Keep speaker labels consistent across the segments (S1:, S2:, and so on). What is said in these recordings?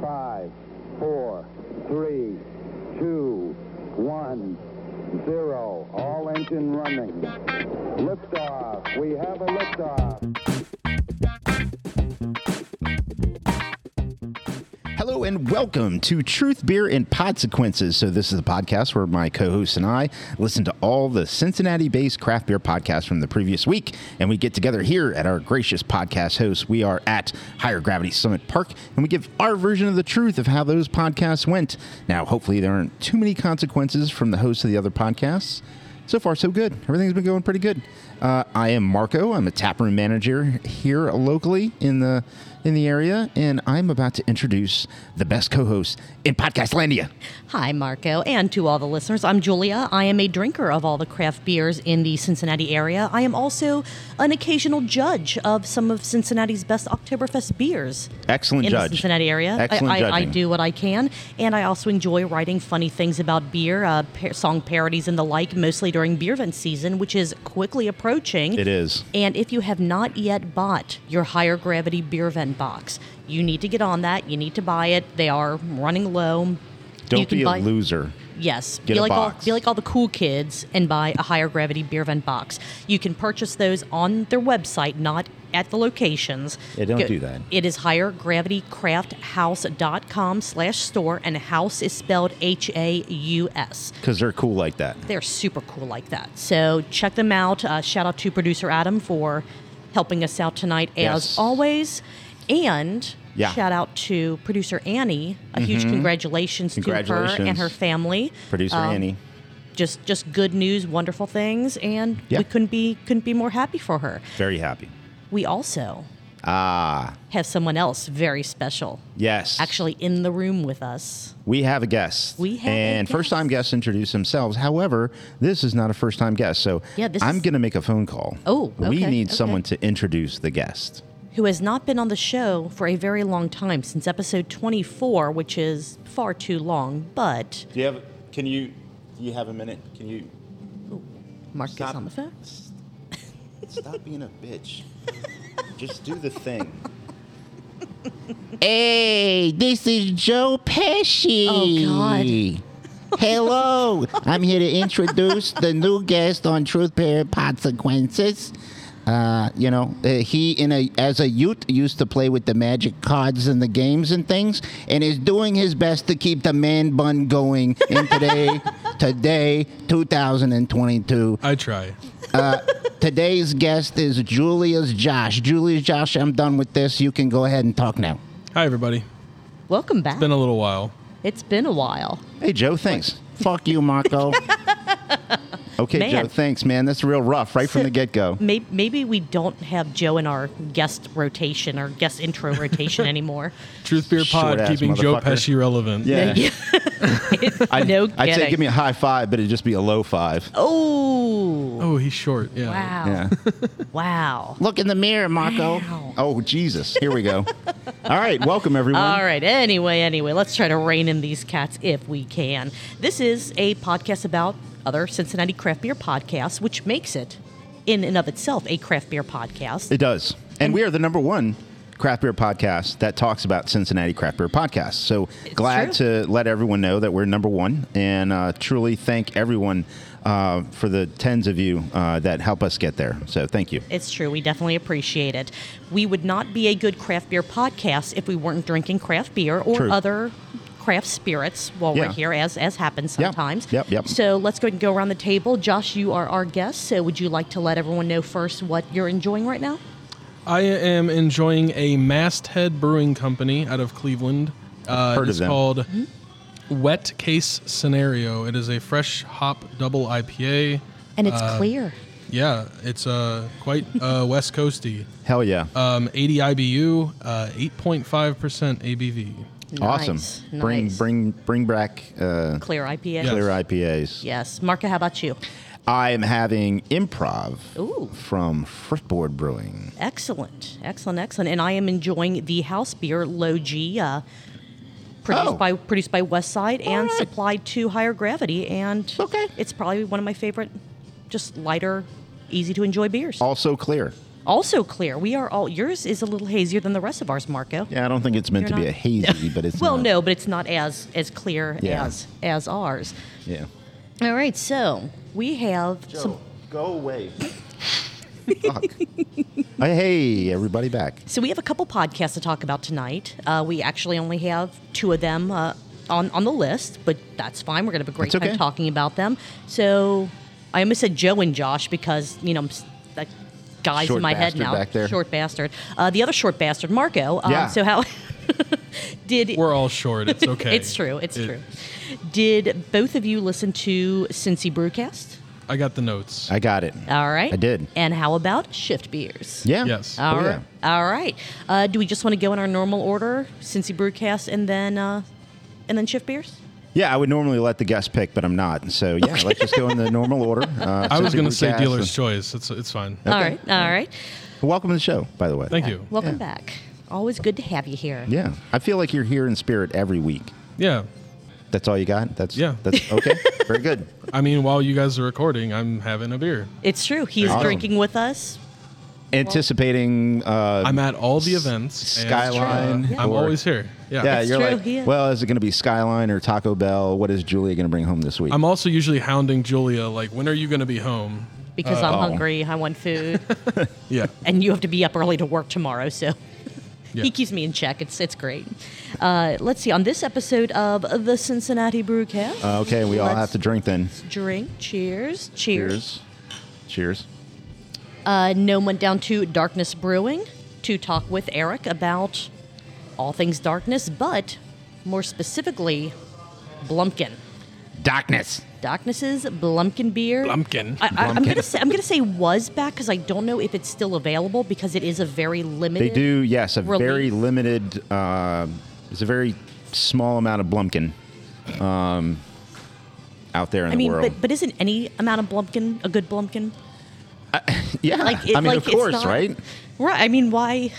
S1: Five, four, three, two, one, zero. All engine running. Liftoff. We have a liftoff.
S2: Hello and welcome to Truth, Beer, and Podsequences. So, this is a podcast where my co hosts and I listen to all the Cincinnati based craft beer podcasts from the previous week. And we get together here at our gracious podcast host. We are at Higher Gravity Summit Park and we give our version of the truth of how those podcasts went. Now, hopefully, there aren't too many consequences from the hosts of the other podcasts. So far, so good. Everything's been going pretty good. Uh, I am Marco. I'm a taproom manager here locally in the in the area, and I'm about to introduce the best co-host in Podcastlandia.
S3: Hi, Marco, and to all the listeners. I'm Julia. I am a drinker of all the craft beers in the Cincinnati area. I am also an occasional judge of some of Cincinnati's best Oktoberfest beers.
S2: Excellent
S3: in
S2: judge.
S3: the Cincinnati area. I-
S2: Excellent
S3: I, I,
S2: judging.
S3: do what I can, and I also enjoy writing funny things about beer, uh, par- song parodies and the like, mostly during beer event season, which is quickly approaching.
S2: It is.
S3: And if you have not yet bought your higher gravity beer vent box, you need to get on that. You need to buy it. They are running low.
S2: Don't
S3: You can
S2: be a
S3: buy-
S2: loser.
S3: Yes.
S2: Get
S3: be
S2: a
S3: like
S2: box.
S3: All, be like all the cool kids and buy a higher gravity beer vent box. You can purchase those on their website, not at the locations.
S2: Yeah, don't do that.
S3: It is highergravitycrafthouse.com slash store, and house is spelled H-A-U-S.
S2: Because they're cool like that.
S3: They're super cool like that. So check them out. Uh, shout out to producer Adam for helping us out tonight
S2: Yes.
S3: as always. And
S2: Yeah. Mm-hmm.
S3: shout out to producer Annie. A huge congratulations, to her
S2: Congratulations.
S3: and her family.
S2: Producer
S3: Um,
S2: Annie.
S3: just just good news, wonderful things, and
S2: Yeah.
S3: we couldn't be couldn't be more happy for her.
S2: Very happy.
S3: We also
S2: Ah,
S3: have someone else very special
S2: yes.
S3: actually in the room with us.
S2: We have a guest.
S3: We have a
S2: and first time guests introduce themselves. However, this is not a first time guest. So
S3: Yeah, this
S2: I'm
S3: is-
S2: going to make a phone call.
S3: Oh,
S2: we
S3: okay,
S2: need
S3: okay.
S2: someone to introduce the guest.
S3: who has not been on the show for a very long time since episode 24, which is far too long. But
S4: Do you have? Can you? Do you have a minute? Can you
S3: Mark is
S4: stop?
S3: on the phone.
S4: s- Stop being a bitch. Just do the thing.
S2: Hey, this is Joe Pesci.
S3: Oh,
S2: God. Hello. I'm here to introduce the new guest on Truth Pair Consequences. Uh, you know, uh, he in a as a youth used to play with the magic cards and the games and things, and is doing his best to keep the man bun going in today, today, 2022.
S5: I try.
S2: Today's guest is Julia's Josh. Julia's Josh, I'm done with this. You can go ahead and talk now.
S5: Hi, everybody.
S3: Welcome back.
S5: Been a little while.
S3: it's been a while.
S2: Hey, Joe, thanks. Fuck you, Marco. okay,
S3: Man.
S2: Joe, thanks, man. That's real rough right from the get go.
S3: Maybe, maybe we don't have Joe in our guest rotation or guest intro rotation anymore.
S5: Truth Beer Pod
S2: Short-ass
S5: keeping Joe
S2: motherfucker.
S5: Pesci relevant.
S2: I'd,
S3: no
S2: I'd say
S3: kidding.
S2: give me a high five, but it'd just be a low five.
S3: Oh,
S5: Oh, he's short. Yeah.
S3: wow.
S2: Yeah.
S3: Wow.
S2: Look in the mirror, Marco.
S3: Wow.
S2: Oh, Jesus. Here we go. All right, welcome, everyone.
S3: All right. Anyway, anyway, let's try to rein in these cats if we can. This is a podcast about other Cincinnati craft beer podcasts, which makes it, in and of itself, a craft beer podcast.
S2: It does. And we are the number one craft beer podcast that talks about Cincinnati craft beer podcasts. So glad to let everyone know that we're number one and uh, truly thank everyone uh, for the tens of you uh, that help us get there. So thank you.
S3: It's true. We definitely appreciate it. We would not be a good craft beer podcast if we weren't drinking craft beer or
S2: True.
S3: other craft spirits while
S2: Yeah.
S3: we're here, as as happens
S2: Yep.
S3: sometimes.
S2: Yep, yep.
S3: So let's go ahead and go around the table. Josh, you are our guest, so would you like to let everyone know first what you're enjoying right now?
S5: I am enjoying a Masthead Brewing Company out of Cleveland. Uh,
S2: heard of
S5: it's
S2: them.
S5: called
S3: Hmm?
S5: Wet Case Scenario. It is a fresh hop double IPA.
S3: And it's clear.
S5: Yeah, it's uh, quite uh, West Coasty.
S2: Hell yeah.
S3: Uh,
S5: Um, 80 IBU, uh, 8.5% ABV.
S2: awesome.
S3: Nice,
S2: Bring
S3: nice.
S2: bring bring back uh,
S3: Clear IPA.
S5: Yeah.
S2: clear IPAs.
S3: Yes. Marka, how about you?
S2: I am having improv
S3: Ooh.
S2: from Fritboard Brewing.
S3: Excellent. Excellent, excellent. And I am enjoying the house beer, Low G, uh, produced
S2: Oh.
S3: by produced by Westside and
S2: right.
S3: supplied to Higher Gravity. And
S2: Okay.
S3: it's probably one of my favorite, just lighter, easy to enjoy beers.
S2: Also clear.
S3: Also clear. We are all yours is a little hazier than the rest of ours, Marco.
S2: Yeah, I don't think it's meant
S3: You're
S2: to be a
S3: not-
S2: hazy, but it's
S3: Well,
S2: not.
S3: no, but it's not as as clear
S2: Yeah.
S3: as as ours.
S2: Yeah.
S3: All right, so we have
S4: Joe,
S3: some.
S4: go away.
S2: Fuck. Hey, hey, everybody back.
S3: So we have a couple podcasts to talk about tonight. Uh, we actually only have two of them uh, on on the list, but that's fine. We're gonna have a great
S2: That's okay.
S3: time talking about them. So I almost said Joe and Josh because you know I'm, s- that guy's
S2: Short
S3: in my head
S2: bastard
S3: now.
S2: back there.
S3: Short bastard. Uh, the other short bastard, Marco. Uh,
S2: Yeah.
S3: So how did
S5: We're all short. It's okay.
S3: it's true? It's
S5: It-
S3: true. Did both of you listen to Cincy Brewcast?
S5: I got the notes.
S2: I got it.
S3: All right.
S2: I did.
S3: And how about shift beers?
S2: Yeah.
S5: Yes.
S2: Oh,
S3: All
S2: yeah.
S3: right. All right. Uh, do we just want to go in our normal order, Cincy Brewcast, and then uh, and then shift beers?
S2: Yeah, I would normally let the guest pick, but I'm not. So yeah, let's just go in the normal order. Uh,
S5: I was
S2: Cincy
S5: going to say
S2: Brewcast.
S5: dealer's choice. It's it's fine.
S3: All right. All right.
S2: Welcome to the show, by the way.
S5: Thank you.
S3: Welcome
S2: Yeah.
S3: back. Always good to have you here.
S2: Yeah, I feel like you're here in spirit every week.
S5: Yeah.
S2: That's all you got. That's
S5: Yeah.
S2: That's okay. Very good.
S5: I mean, while you guys are recording, I'm having a beer.
S3: It's true. He's
S2: Awesome.
S3: drinking with us.
S2: Anticipating. Uh,
S5: I'm at all the events. and, uh,
S2: Skyline
S5: I'm
S2: or-
S5: always here. Yeah.
S2: yeah,
S3: It's
S2: you're
S3: true,
S2: like,
S3: he is.
S2: well, is it going to be Skyline or Taco Bell? What is Julia going to bring home this week?
S5: I'm also usually hounding Julia, like, when are you going to be home?
S3: Because I'm hungry, I want food,
S5: Yeah.
S3: and you have to be up early to work tomorrow, so
S5: Yeah.
S3: he keeps me in check. It's it's great. Uh, let's see. On this episode of the Cincinnati Brewcast,
S2: Uh, okay, we all
S3: let's
S2: have to drink then.
S3: drink. Cheers. Cheers.
S2: Cheers. Cheers.
S3: Uh, Gnome went down to Darkness Brewing to talk with Eric about all things darkness, but more specifically, Blumpkin.
S2: Darkness.
S3: Darkness's Blumpkin beer.
S5: Blumpkin.
S3: I, I, I'm
S2: Blumpkin.
S3: gonna say I'm gonna say was back because I don't know if it's still available because it is a very
S2: They
S3: limited.
S2: do, yes, a
S3: Release.
S2: very limited. Uh, it's a very small amount of Blumpkin um, out there in
S3: I
S2: the
S3: mean,
S2: world.
S3: but, but isn't any amount of Blumpkin a good Blumpkin?
S2: yeah,
S3: Like, it,
S2: I mean,
S3: like
S2: of
S3: it's
S2: course,
S3: not-
S2: right?
S3: Right. I mean, why?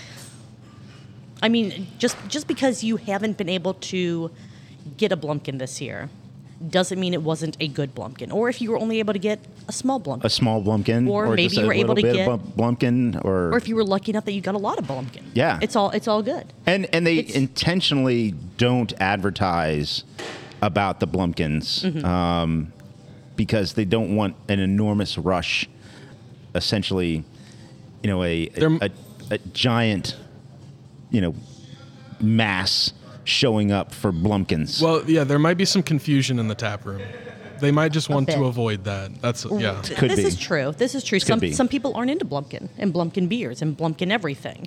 S3: I mean, just just because you haven't been able to get a Blumpkin this year, doesn't mean it wasn't a good Blumpkin. Or if you were only able to get a small Blumpkin,
S2: A small Blumpkin,
S3: Or maybe
S2: just
S3: you
S2: a
S3: were able
S2: little
S3: to
S2: bit
S3: get-
S2: of Blump- Blumpkin, or,
S3: or if you were lucky enough that you got a lot of Blumpkin.
S2: Yeah.
S3: It's all it's all good.
S2: and and they
S3: it's-
S2: intentionally don't advertise about the Blumpkins
S3: Mm-hmm.
S2: um, because they don't want an enormous rush. Essentially, you know, a a,
S5: They're-
S2: a, a giant, you know, mass showing up for Blumpkins.
S5: Well, yeah, there might be some confusion in the tap room. They might just want
S3: bit.
S5: to avoid that. That's yeah.
S3: Th-
S2: Could
S3: this
S2: be.
S3: is true. This is true. some
S2: be.
S3: some people aren't into Blumpkin and Blumpkin beers and Blumpkin everything.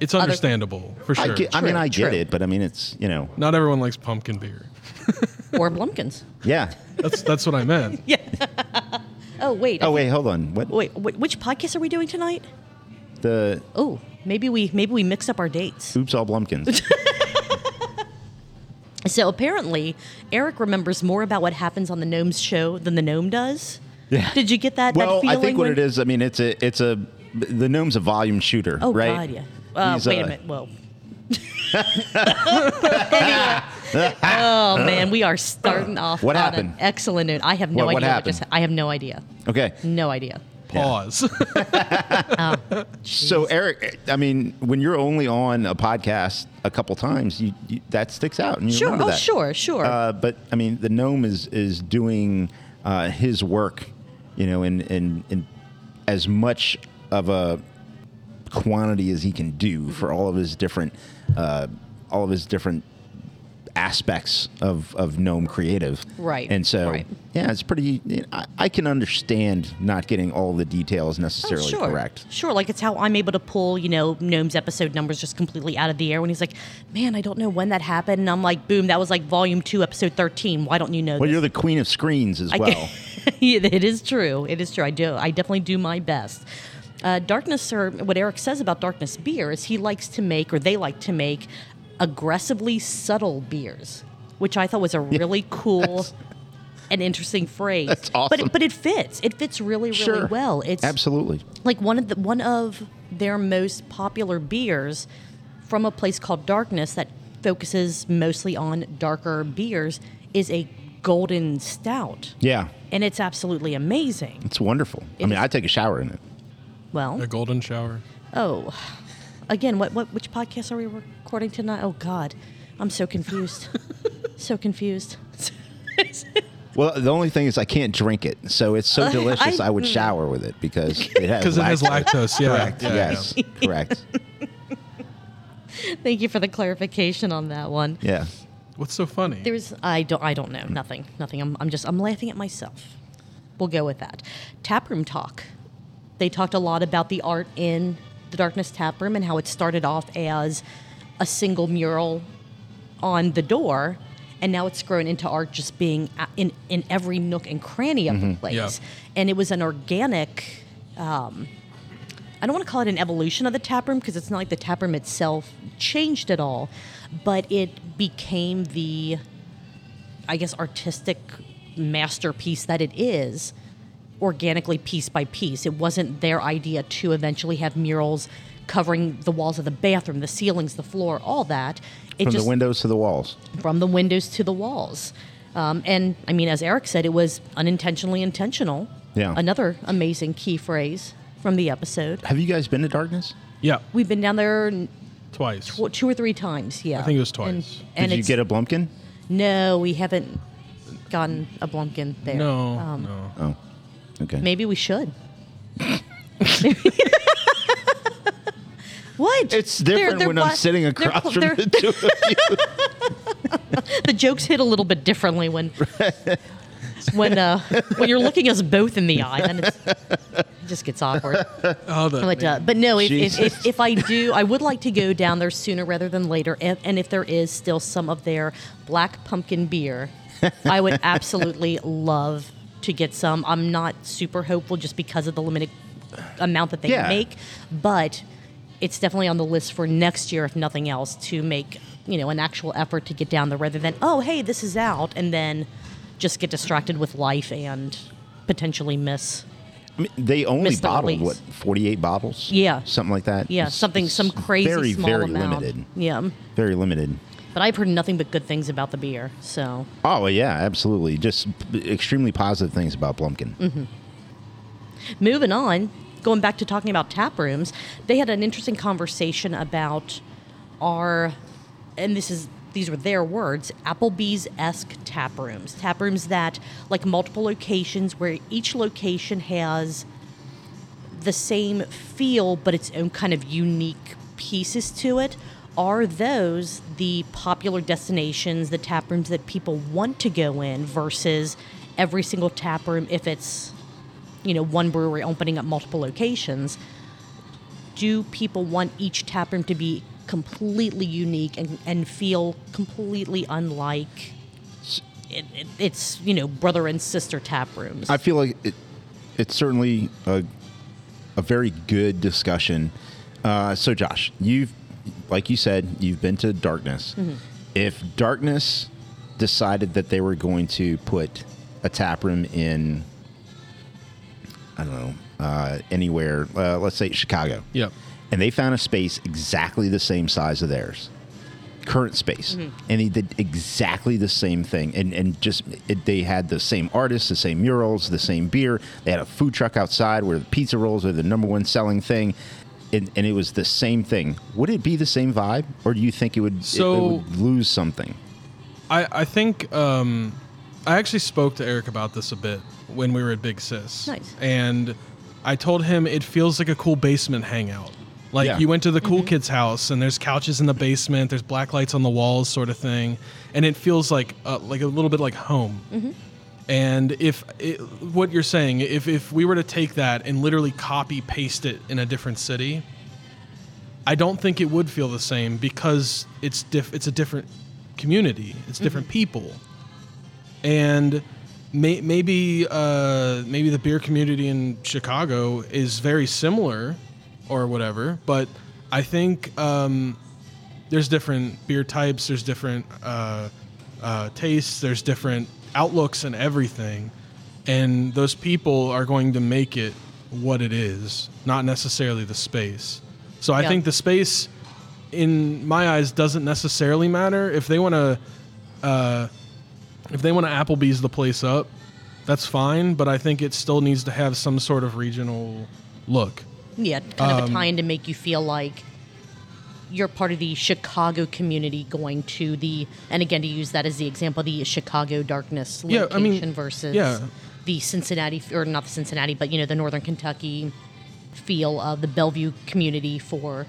S5: It's understandable for
S2: I,
S5: sure.
S2: get- I mean,
S3: True,
S2: I get
S3: true.
S2: it, but I mean, it's you know,
S5: Not everyone likes pumpkin beer.
S3: Or Blumpkins.
S2: yeah.
S5: That's that's what I meant.
S3: Oh wait.
S2: Oh wait, hold on. What
S3: Wait, wh- which podcast are we doing tonight?
S2: the
S3: Oh, maybe we maybe we mixed up our dates.
S2: oops all Blumpkins?
S3: So apparently, Eric remembers more about what happens on the gnome's show than the gnome does.
S2: Yeah.
S3: Did you get that?
S2: well,
S3: that feeling
S2: I think what
S3: when-
S2: it is. I mean, it's a it's a the gnome's a volume shooter,
S3: Oh
S2: right?
S3: God, yeah. Uh,
S2: He's,
S3: wait
S2: uh,
S3: a minute. Well. Anyway. oh man, we are starting off.
S2: What
S3: on an
S2: happened?
S3: excellent note. I have no
S2: What- what
S3: idea.
S2: happened?
S3: just, I have no idea.
S2: Okay.
S3: No idea.
S5: Pause.
S2: So Eric, I mean, when you're only on a podcast a couple times, you, you that sticks out, and you
S3: Sure.
S2: remember
S3: Oh,
S2: that.
S3: sure. Sure.
S2: Uh, but I mean, the gnome is is doing uh, his work, you know, in in in as much of a quantity as he can
S3: Mm-hmm.
S2: do for all of his different uh, all of his different aspects of of gnome creative
S3: Right,
S2: and so
S3: right.
S2: yeah it's pretty I, I can understand not getting all the details
S3: Oh,
S2: necessarily
S3: sure.
S2: correct
S3: Sure, like it's how I'm able to pull, you know, Gnome's episode numbers just completely out of the air when he's like, man, I don't know when that happened. And I'm like, boom, that was like volume two, episode 13. Why don't you know
S2: Well,
S3: this?
S2: you're the queen of screens as well.
S3: it is true. It is true. I do. I definitely do my best. Uh, darkness, or what Eric says about darkness beer, is he likes to make, or they like to make, aggressively subtle beers, which I thought was a really cool and interesting phrase.
S2: That's
S3: But
S2: awesome.
S3: it, but it fits. It fits really, really
S2: Sure.
S3: well. It's
S2: Absolutely.
S3: like one of the one of their most popular beers from a place called Darkness that focuses mostly on darker beers is a golden stout.
S2: Yeah.
S3: And it's absolutely amazing.
S2: It's wonderful. I mean, I take a shower in it.
S3: Well,
S5: a golden shower.
S3: Oh, again, what, what which podcast are we recording tonight? Oh God, I'm so confused, so confused.
S2: Well, the only thing is I can't drink it, so it's so delicious. I, would
S3: Mm.
S2: shower with it because it has
S5: Because it has lactose. Yeah.
S2: Correct.
S5: yeah,
S2: yes. Correct.
S3: Thank you for the clarification on that one.
S2: Yeah.
S5: yeah. What's so funny?
S3: There's I don't I don't know nothing nothing. I'm I'm just I'm laughing at myself. We'll go with that. Taproom talk. They talked a lot about the art in the Darkness Taproom and how it started off as a single mural on the door, and now it's grown into art just being a- in in every nook and cranny of the place.
S5: Yeah.
S3: And it was an organic. Um, I don't want to call it an evolution of the taproom because it's not like the taproom itself changed at all, but it became the, I guess, artistic masterpiece that it is organically piece by piece. It wasn't their idea to eventually have murals covering the walls of the bathroom, the ceilings, the floor, all that. It
S2: From
S3: just
S2: the windows to the walls.
S3: from the windows to the walls. Um, and I mean, as Eric said, it was unintentionally intentional.
S2: Yeah.
S3: Another amazing key phrase from the episode.
S2: Have you guys been to darkness?
S5: yeah.
S3: We've been down there n-
S5: Twice.
S3: well, two or three times. Yeah, I
S5: think it was twice.
S3: And, and
S2: Did you
S3: it's-
S2: get a Blumpkin?
S3: No, we haven't gotten a Blumpkin there.
S5: no.
S3: Um,
S5: no.
S2: Okay.
S3: Maybe we should. what?
S2: It's different
S3: They're- they're
S2: when
S3: wa-
S2: I'm sitting
S3: they're
S2: across
S3: pl-
S2: from
S3: they're-
S2: the two of you.
S3: the jokes hit a little bit differently when when uh, when you're looking us both in the eye. Then it's, it just gets awkward.
S5: Oh, the,
S3: But, uh, but no, if, if,
S2: Jesus.
S3: if, if I do, I would like to go down there sooner rather than later. If, and if there is still some of their black pumpkin beer, I would absolutely love to get some. I'm not super hopeful just because of the limited amount that they
S2: Yeah.
S3: make, but it's definitely on the list for next year, if nothing else, to make you know an actual effort to get down there rather than oh hey this is out and then just get distracted with life and potentially miss
S2: I mean, they only
S3: Missed the
S2: bottled what
S3: release.
S2: 48 bottles.
S3: Yeah.
S2: Something like that.
S3: yeah
S2: It's-
S3: something
S2: it's
S3: some crazy
S2: Very
S3: small
S2: very
S3: amount
S2: limited.
S3: yeah
S2: Very limited.
S3: But I've heard nothing but good things about the beer. So
S2: Oh well, yeah, absolutely. Just p- extremely positive things about Blumpkin.
S3: moving on, going back to talking about tap rooms, they had an interesting conversation about our, and this is these were their words, Applebee's esque tap rooms, tap rooms that like multiple locations where each location has the same feel but its own kind of unique pieces to it are those the popular destinations the tap rooms that people want to go in versus every single tap room if it's you know one brewery opening up multiple locations do people want each tap room to be completely unique and, and feel completely unlike it, it, it's you know brother and sister tap rooms
S2: I feel like it, it's certainly a, a very good discussion. Uh, so, Josh, you've, like you said, you've been to Darkness. If Darkness decided that they were going to put a tap room in, I don't know, uh, anywhere, uh, let's say Chicago,
S5: Yep.
S2: and they found a space exactly the same size of theirs, current space, and they did exactly the same thing, and and just it, they had the same artists, the same murals, the same beer. They had a food truck outside where the pizza rolls are the number one selling thing. And, and it was the same thing. Would it be the same vibe, or do you think it would, it- it,
S5: So-
S2: would lose something?
S5: I, I think um, I actually spoke to Eric about this a bit when we were at Big Sis.
S3: Nice.
S5: And I told him it feels like a cool basement hangout. Like
S2: Yeah.
S5: you went to the cool kid's house and there's couches in the basement, there's black lights on the walls, sort of thing, and it feels like uh, like a little bit like home. And if it, what you're saying, if if we were to take that and literally copy paste it in a different city, I don't think it would feel the same because it's diff- it's a different community, it's different people, and may- maybe uh, maybe the beer community in Chicago is very similar, or whatever. But I think um, there's different beer types, there's different uh, uh, tastes, there's different outlooks and everything, and those people are going to make it what it is, not necessarily the space. So I
S3: Yeah.
S5: think the space, in my eyes, doesn't necessarily matter if they want to. Uh, if they want to Applebee's the place up, that's fine. But I think it still needs to have some sort of regional look.
S3: Yeah, kind
S5: Um,
S3: of a tie-in to make you feel like you're part of the Chicago community going to the, and again to use that as the example, the Chicago darkness
S5: Yeah,
S3: location
S5: I mean,
S3: versus
S5: yeah.
S3: the Cincinnati, or not the Cincinnati, but you know the Northern Kentucky feel of the Bellevue community for.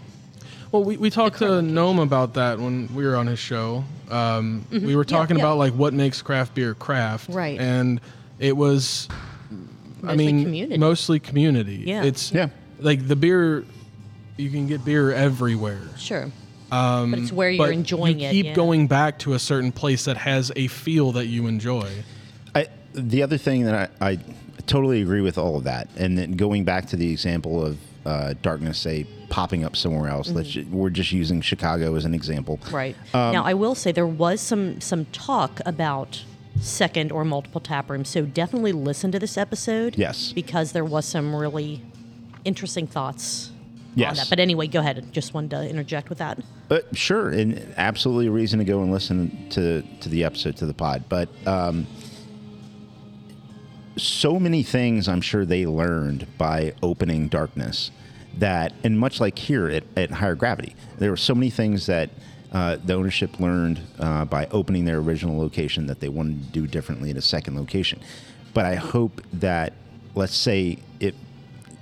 S5: Well, we, we talked to Gnome about that when we were on his show. Um, We were
S3: Mm-hmm. Yeah,
S5: talking
S3: yeah.
S5: about like what makes craft beer craft,
S3: Right.
S5: And it was, I
S3: Mostly
S5: mean,
S3: community.
S5: mostly community.
S3: Yeah.
S5: it's
S2: Yeah.
S5: like the beer. You can get beer everywhere,
S3: Sure. Um, but it's where you're
S5: but
S3: enjoying
S5: you
S3: it.
S5: Keep
S3: yeah.
S5: going back to a certain place that has a feel that you enjoy.
S2: I, the other thing that I, I totally agree with all of that, and then going back to the example of uh, darkness, say popping up somewhere else. Let's ju- we're just using Chicago as an example,
S3: Mm-hmm. Right. now, I will say there was some some talk about second or multiple tap rooms, so definitely listen to this episode.
S2: Yes.
S3: Because there was some really interesting thoughts on
S2: Yes,
S3: that. But anyway, go ahead. Just wanted to interject with that.
S2: But sure, and absolutely a reason to go and listen to to the episode to the pod. But um, so many things I'm sure they learned by opening darkness that, and much like here at, at higher gravity, there were so many things that. Uh, the ownership learned uh, by opening their original location that they wanted to do differently at a second location. But I hope that, let's say, it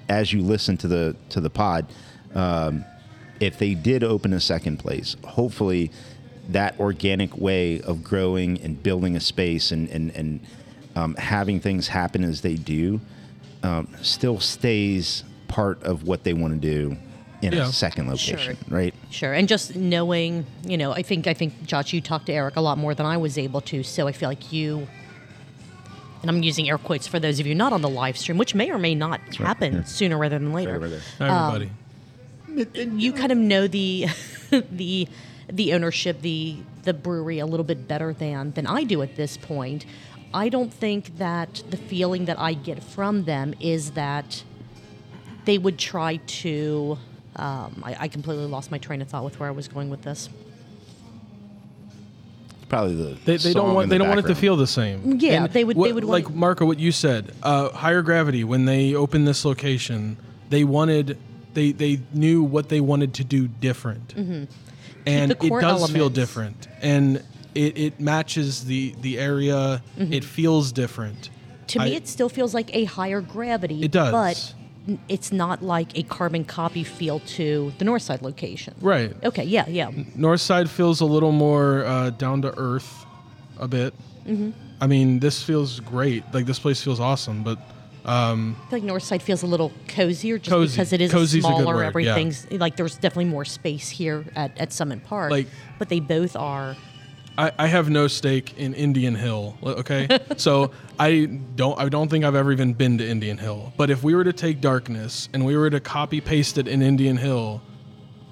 S2: as you listen to the to the pod, um, if they did open a second place, hopefully that organic way of growing and building a space and and, and um, having things happen as they do um, still stays part of what they want to do in
S5: Yeah.
S2: a second location, right?
S3: Sure. And just knowing, you know, I think I think Josh, you talked to Eric a lot more than I was able to, so I feel like you and I'm using air quotes for those of you not on the live stream, which may or may not happen sooner rather than later.
S5: Not everybody.
S3: you kind of know the the the ownership the the brewery a little bit better than than I do at this point. I don't think that the feeling that I get from them is that they would try to. Um, I, I completely lost my train of thought with where I was going with this.
S2: Probably the
S5: They, they
S2: song
S5: don't
S2: in
S5: want
S2: the
S5: they don't want it to
S2: background.
S5: feel the same.
S3: Yeah, they would- they
S5: what-
S3: would want
S5: like
S3: it-
S5: Marco. What you said, uh, higher gravity. When they opened this location, they wanted they they knew what they wanted to do different, and
S3: Mm-hmm. the
S5: it
S3: core
S5: does feel
S3: elements.
S5: different, and it, it matches the the area.
S3: Mm-hmm.
S5: It feels different.
S3: To me,
S5: I-
S3: it still feels like a higher gravity.
S5: It does.
S3: but n- it's not like a carbon copy feel to the Northside location.
S5: Right.
S3: Okay. Yeah. Yeah.
S5: North side feels a little more uh, down to earth, a bit.
S3: Mm-hmm.
S5: I mean, this feels great. Like this place feels awesome, but
S3: I feel like Northside feels a little cozier just
S5: Cozy.
S3: because it is
S5: Cozy's a good
S3: smaller.
S5: word, yeah.
S3: everything's like there's definitely more space here at, at Summit Park.
S5: Like-
S3: but they both are.
S5: I, I have no stake in Indian Hill. Okay, so I don't. I don't think I've ever even been to Indian Hill. But if we were to take Darkness and we were to copy paste it in Indian Hill,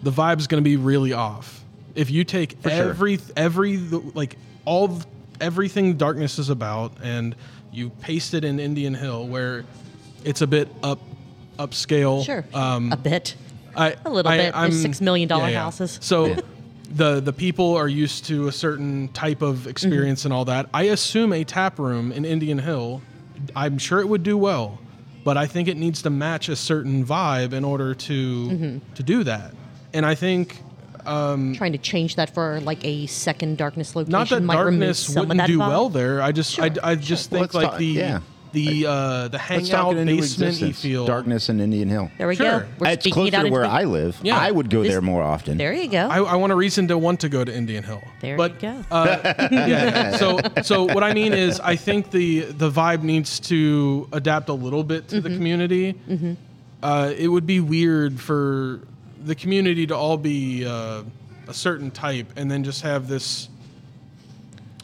S5: the vibe's going to be really off. If you take
S2: sure.
S5: every every like all th- everything Darkness is about, and you paste it in Indian Hill, where it's a bit up upscale.
S3: Sure,
S5: Um,
S3: a bit.
S5: I,
S3: A little bit. Those $6 million houses.
S5: So the the people are used to a certain type of experience
S3: Mm-hmm.
S5: and all that. I assume a tap room in Indian Hill, I'm sure it would do well, but I think it needs to match a certain vibe in order to
S3: Mm-hmm.
S5: to do that. And I think
S3: Trying to change that for like a second darkness location
S5: not that
S3: might remove
S5: darkness
S3: some of
S5: wouldn't
S3: that
S5: do
S3: vibe.
S5: well there. I just I, I just
S2: Well, let's
S5: think like
S2: talk-
S5: the
S2: yeah.
S5: the uh, the
S2: Let's talk
S5: hangout
S2: it into
S5: basement
S2: existence.
S5: feel.
S2: darkness in Indian Hill.
S3: There we
S5: Sure.
S3: go. We're
S2: it's
S3: speaking
S2: closer
S3: it out
S2: to
S3: into
S2: where
S3: the-
S2: I live.
S5: Yeah.
S2: I would go
S3: This-
S2: there more often.
S3: There you go.
S5: I, I want a reason to want to go to Indian Hill.
S3: there
S5: but uh,
S3: you go.
S5: yeah. So so what I mean is I think the the vibe needs to adapt a little bit to
S3: Mm-hmm.
S5: the community. Uh, it would be weird for the community to all be uh, a certain type and then just have this.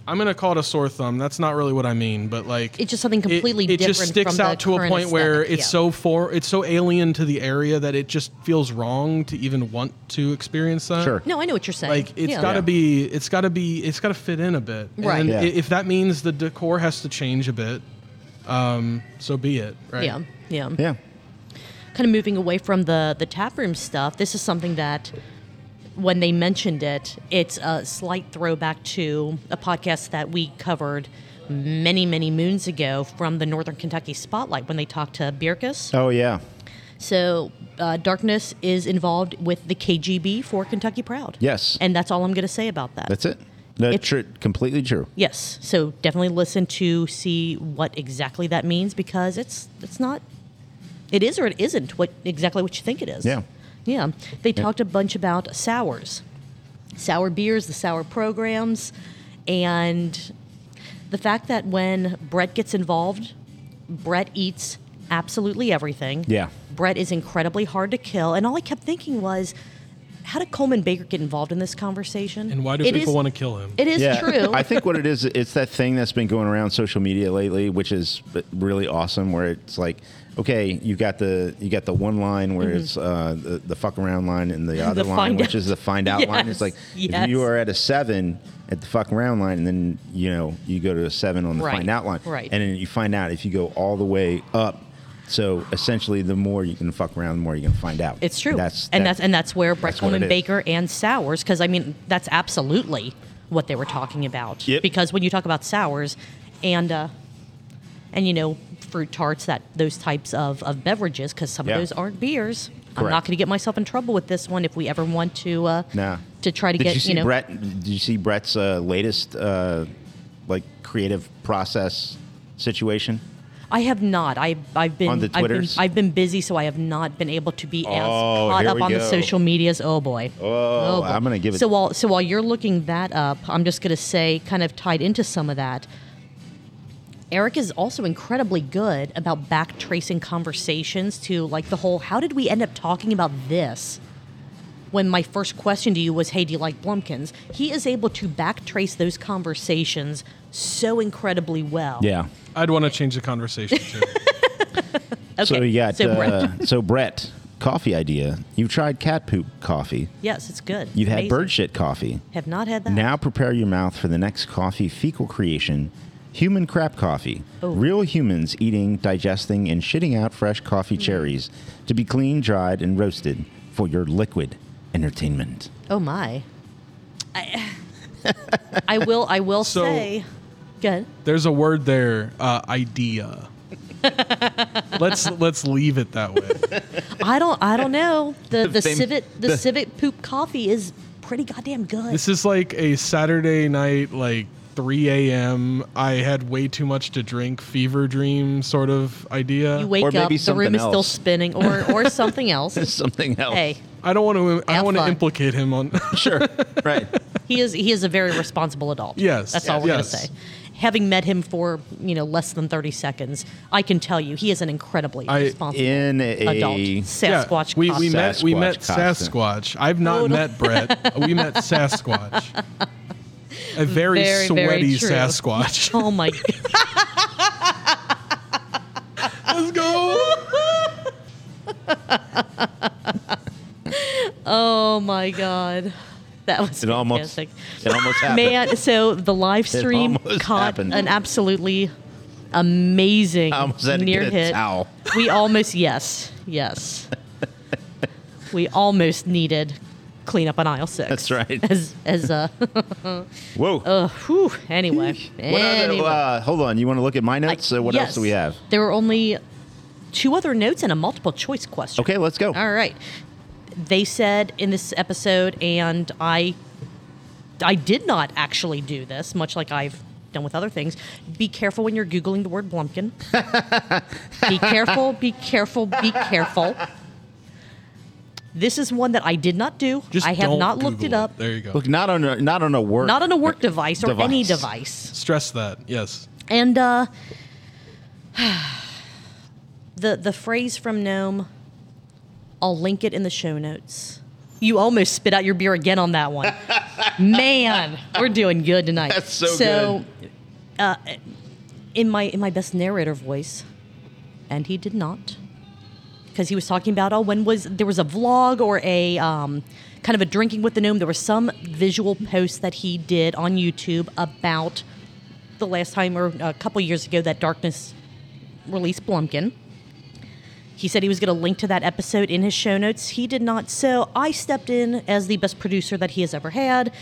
S5: I'm gonna call it a sore thumb. That's not really what I mean, but like
S3: It's just something completely
S5: It, it
S3: different
S5: just sticks
S3: from
S5: out
S3: the
S5: to a
S3: current
S5: point where
S3: aesthetic,
S5: it's
S3: yeah.
S5: so for it's so alien to the area that it just feels wrong to even want to experience that.
S2: Sure.
S3: no, I know what you're saying.
S5: Like it's
S3: yeah.
S5: got to be, it's got to be, it's got to fit in a bit.
S3: Right.
S5: And
S3: Yeah.
S5: i- if that means the decor has to change a bit, um, so be it. Right.
S3: Yeah. Yeah.
S2: Yeah.
S3: kind of moving away from the the tap room stuff this is something that when they mentioned it it's a slight throwback to a podcast that we covered many many moons ago from the northern kentucky spotlight when they talked to birkus
S2: Oh yeah.
S3: so uh, Darkness is involved with the KGB for Kentucky Proud.
S2: Yes.
S3: And that's all I'm going to say about that.
S2: That's it. No,
S3: It's-
S2: true, completely true.
S3: yes. So definitely listen to see what exactly that means because it's it's not it is or it isn't what exactly what you think it is.
S2: Yeah.
S3: Yeah. They talked a bunch about sours. Sour beers, the sour programs, and the fact that when Brett gets involved, Brett eats absolutely everything.
S2: Yeah.
S3: Brett is incredibly hard to kill. And all I kept thinking was, how did Coleman Baker get involved in this conversation?
S5: And why do
S3: It
S5: people
S3: is-
S5: want to kill him?
S3: It is true.
S2: I think what it is, it's that thing that's been going around social media lately, which is really awesome. Where it's like, okay, you got the you got the one line where it's uh, the, the fuck around line, and the other line,
S3: Mm-hmm. find
S2: which
S3: out.
S2: is the find out line.
S3: Yes,
S2: It's like
S3: yes.
S2: if you are at a seven at the fuck around line, and then you know you go to a seven on the
S3: Right,
S2: find out line,
S3: right.
S2: And then you find out if you go all the way up. So essentially, the more you can fuck around, the more you can find out.
S3: It's true.
S2: That's
S3: and
S2: that-
S3: that's and that's where Brett
S2: that's what
S3: Coleman
S2: it is.
S3: Baker and sours, because I mean that's absolutely what they were talking about.
S2: Yep.
S3: Because when you talk about sours, and uh, and you know fruit tarts, that those types of of beverages, because some
S2: Yeah.
S3: of those aren't beers. I'm
S2: Correct.
S3: not going to get myself in trouble with this one if we ever want to. Uh,
S2: Nah.
S3: To try to
S2: did
S3: get
S2: you see
S3: know.
S2: Brett? Did you see Brett's uh, latest uh, like creative process situation?
S3: I have not. I I've been
S2: On the
S3: I've been,
S2: Twitters?
S3: I've been busy, so I have not been able to be as
S2: Oh,
S3: caught
S2: here
S3: up
S2: we
S3: on the
S2: go.
S3: social medias. Oh boy.
S2: Oh, I'm gonna give it-
S3: So while so while you're looking that up, I'm just gonna say, kind of tied into some of that. Eric is also incredibly good about back tracing conversations to like the whole how did we end up talking about this? When my first question to you was, hey, do you like Blumpkins? He is able to back trace those conversations so incredibly well.
S5: I'd want to change the conversation too.
S2: So you got
S3: so Brett.
S2: uh, so Brett coffee idea. You've tried cat poop coffee.
S3: Yes, it's good.
S2: You've had
S3: Amazing.
S2: bird shit coffee.
S3: Have not had that.
S2: Now prepare your mouth for the next coffee fecal creation. Human crap coffee.
S3: Oh.
S2: Real humans eating, digesting, and shitting out fresh coffee
S3: Hmm.
S2: cherries to be clean, dried, and roasted for your liquid entertainment.
S3: Oh my. I, I will. I will
S5: So-
S3: say. Good.
S5: There's a word there, uh, idea. let's let's leave it that way.
S3: I don't. I don't know. The the
S2: They-
S3: civet the, civet poop coffee is pretty goddamn good.
S5: This is like a Saturday night, like 3 a.m. I had way too much to drink, fever dream sort of idea.
S3: you wake
S2: Or
S3: up,
S2: maybe
S3: the room
S2: something
S3: is still
S2: else.
S3: spinning, or or something else.
S2: Something else.
S3: hey,
S5: I don't want to. I
S3: Have
S5: don't want to
S3: fun.
S5: implicate him on.
S2: Sure. right.
S3: he is he is a very responsible adult.
S5: Yes,
S3: that's all we're
S5: yes.
S3: gonna say. Having met him for you know less than thirty seconds, I can tell you he is an incredibly
S5: I-
S3: responsible
S2: in a
S3: adult. Sasquatch.
S5: we, we
S3: costume.
S5: met we
S2: Sasquatch
S5: met
S2: costume.
S5: Sasquatch. I've not
S3: Totally.
S5: met Brett. We met Sasquatch. A very,
S3: Very, very
S5: sweaty
S3: true.
S5: Sasquatch.
S3: Oh my god.
S5: Let's go.
S3: Oh my god. That was
S2: It almost
S3: fantastic.
S2: it almost happened.
S3: Man, so the live stream
S2: almost
S3: caught
S2: happened.
S3: an absolutely amazing
S2: I almost had to
S3: near
S2: get a
S3: hit.
S2: towel.
S3: We almost yes, yes. we almost needed clean up on aisle six.
S2: That's right.
S3: As as uh,
S2: Whoa.
S3: uh whew, anyway.
S2: What other-
S3: anyway.
S2: uh, hold on. You want to look at my notes? so what else
S3: Yes.
S2: do we have?
S3: There were only two other notes and a multiple choice question.
S2: Okay, let's go.
S3: All right. They said in this episode, and I, I did not actually do this, much like I've done with other things. Be careful when you're googling the word Blumpkin. be careful. Be careful. Be careful. This is one that I did not do.
S5: Just
S3: I have
S5: don't
S3: not looked it
S5: Google
S3: up.
S5: There you go.
S2: Look, not on a, not on a work.
S3: Not on a work device or any
S2: Device.
S3: device.
S5: Stress that. Yes.
S3: And uh, the the phrase from Gnome, I'll link it in the show notes. You almost spit out your beer again on that one. Man, we're doing good tonight.
S2: That's so
S3: good. Uh, in my in my best narrator voice, and he did not. Because he was talking about oh when was there was a vlog or a um, kind of a drinking with the gnome there was some visual post that he did on YouTube about the last time or a couple years ago that Darkness released Blumpkin. He said he was going to link to that episode in his show notes. He did not, so I stepped in as the best producer that he has ever had.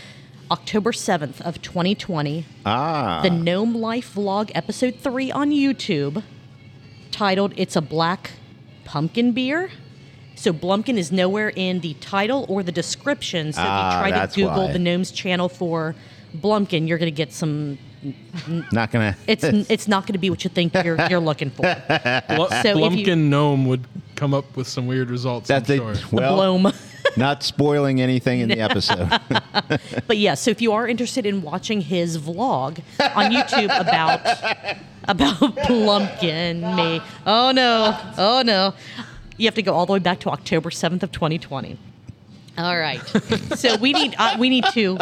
S3: October 7th of 2020,
S2: Ah.
S3: the Gnome Life Vlog episode 3 on YouTube, titled It's a Black Pumpkin Beer. So Blumpkin is nowhere in the title or the description. So
S2: Ah,
S3: if you try
S2: that's
S3: to Google
S2: why.
S3: the Gnomes channel for Blumpkin, you're going to get some.
S2: Not gonna.
S3: It's it's not going to be what you think you're, you're looking for.
S5: Bl-
S3: if you-
S5: Blumpkin Gnome would come up with some weird results.
S2: that's
S5: I'm
S2: a,
S5: sure.
S2: well,
S3: Bloom.
S2: not spoiling anything in the episode.
S3: But yeah, so if you are interested in watching his vlog on YouTube about about Plumpkin, me, oh no, oh no, you have to go all the way back to October seventh of twenty twenty. All right, so we need uh, we need to.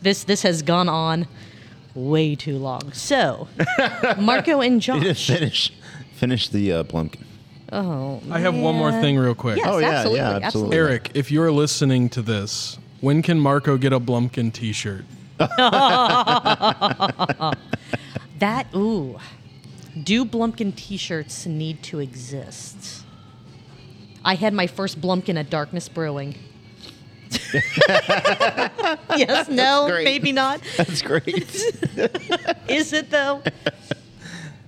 S3: This this has gone on way too long. So Marco and Josh.
S2: finish, finish the uh, Blumpkin.
S3: Oh,
S5: I have one more
S3: man.
S5: thing real quick.
S3: Yes,
S2: Oh, yeah, yeah,
S3: absolutely,
S2: absolutely.
S3: absolutely.
S5: Eric, if you're listening to this, when can Marco get a Blumpkin T-shirt?
S3: That ooh. Do Blumpkin t-shirts need to exist? I had my first Blumpkin at Darkness Brewing. yes, no,
S2: great.
S3: maybe not.
S2: That's great.
S3: Is it though?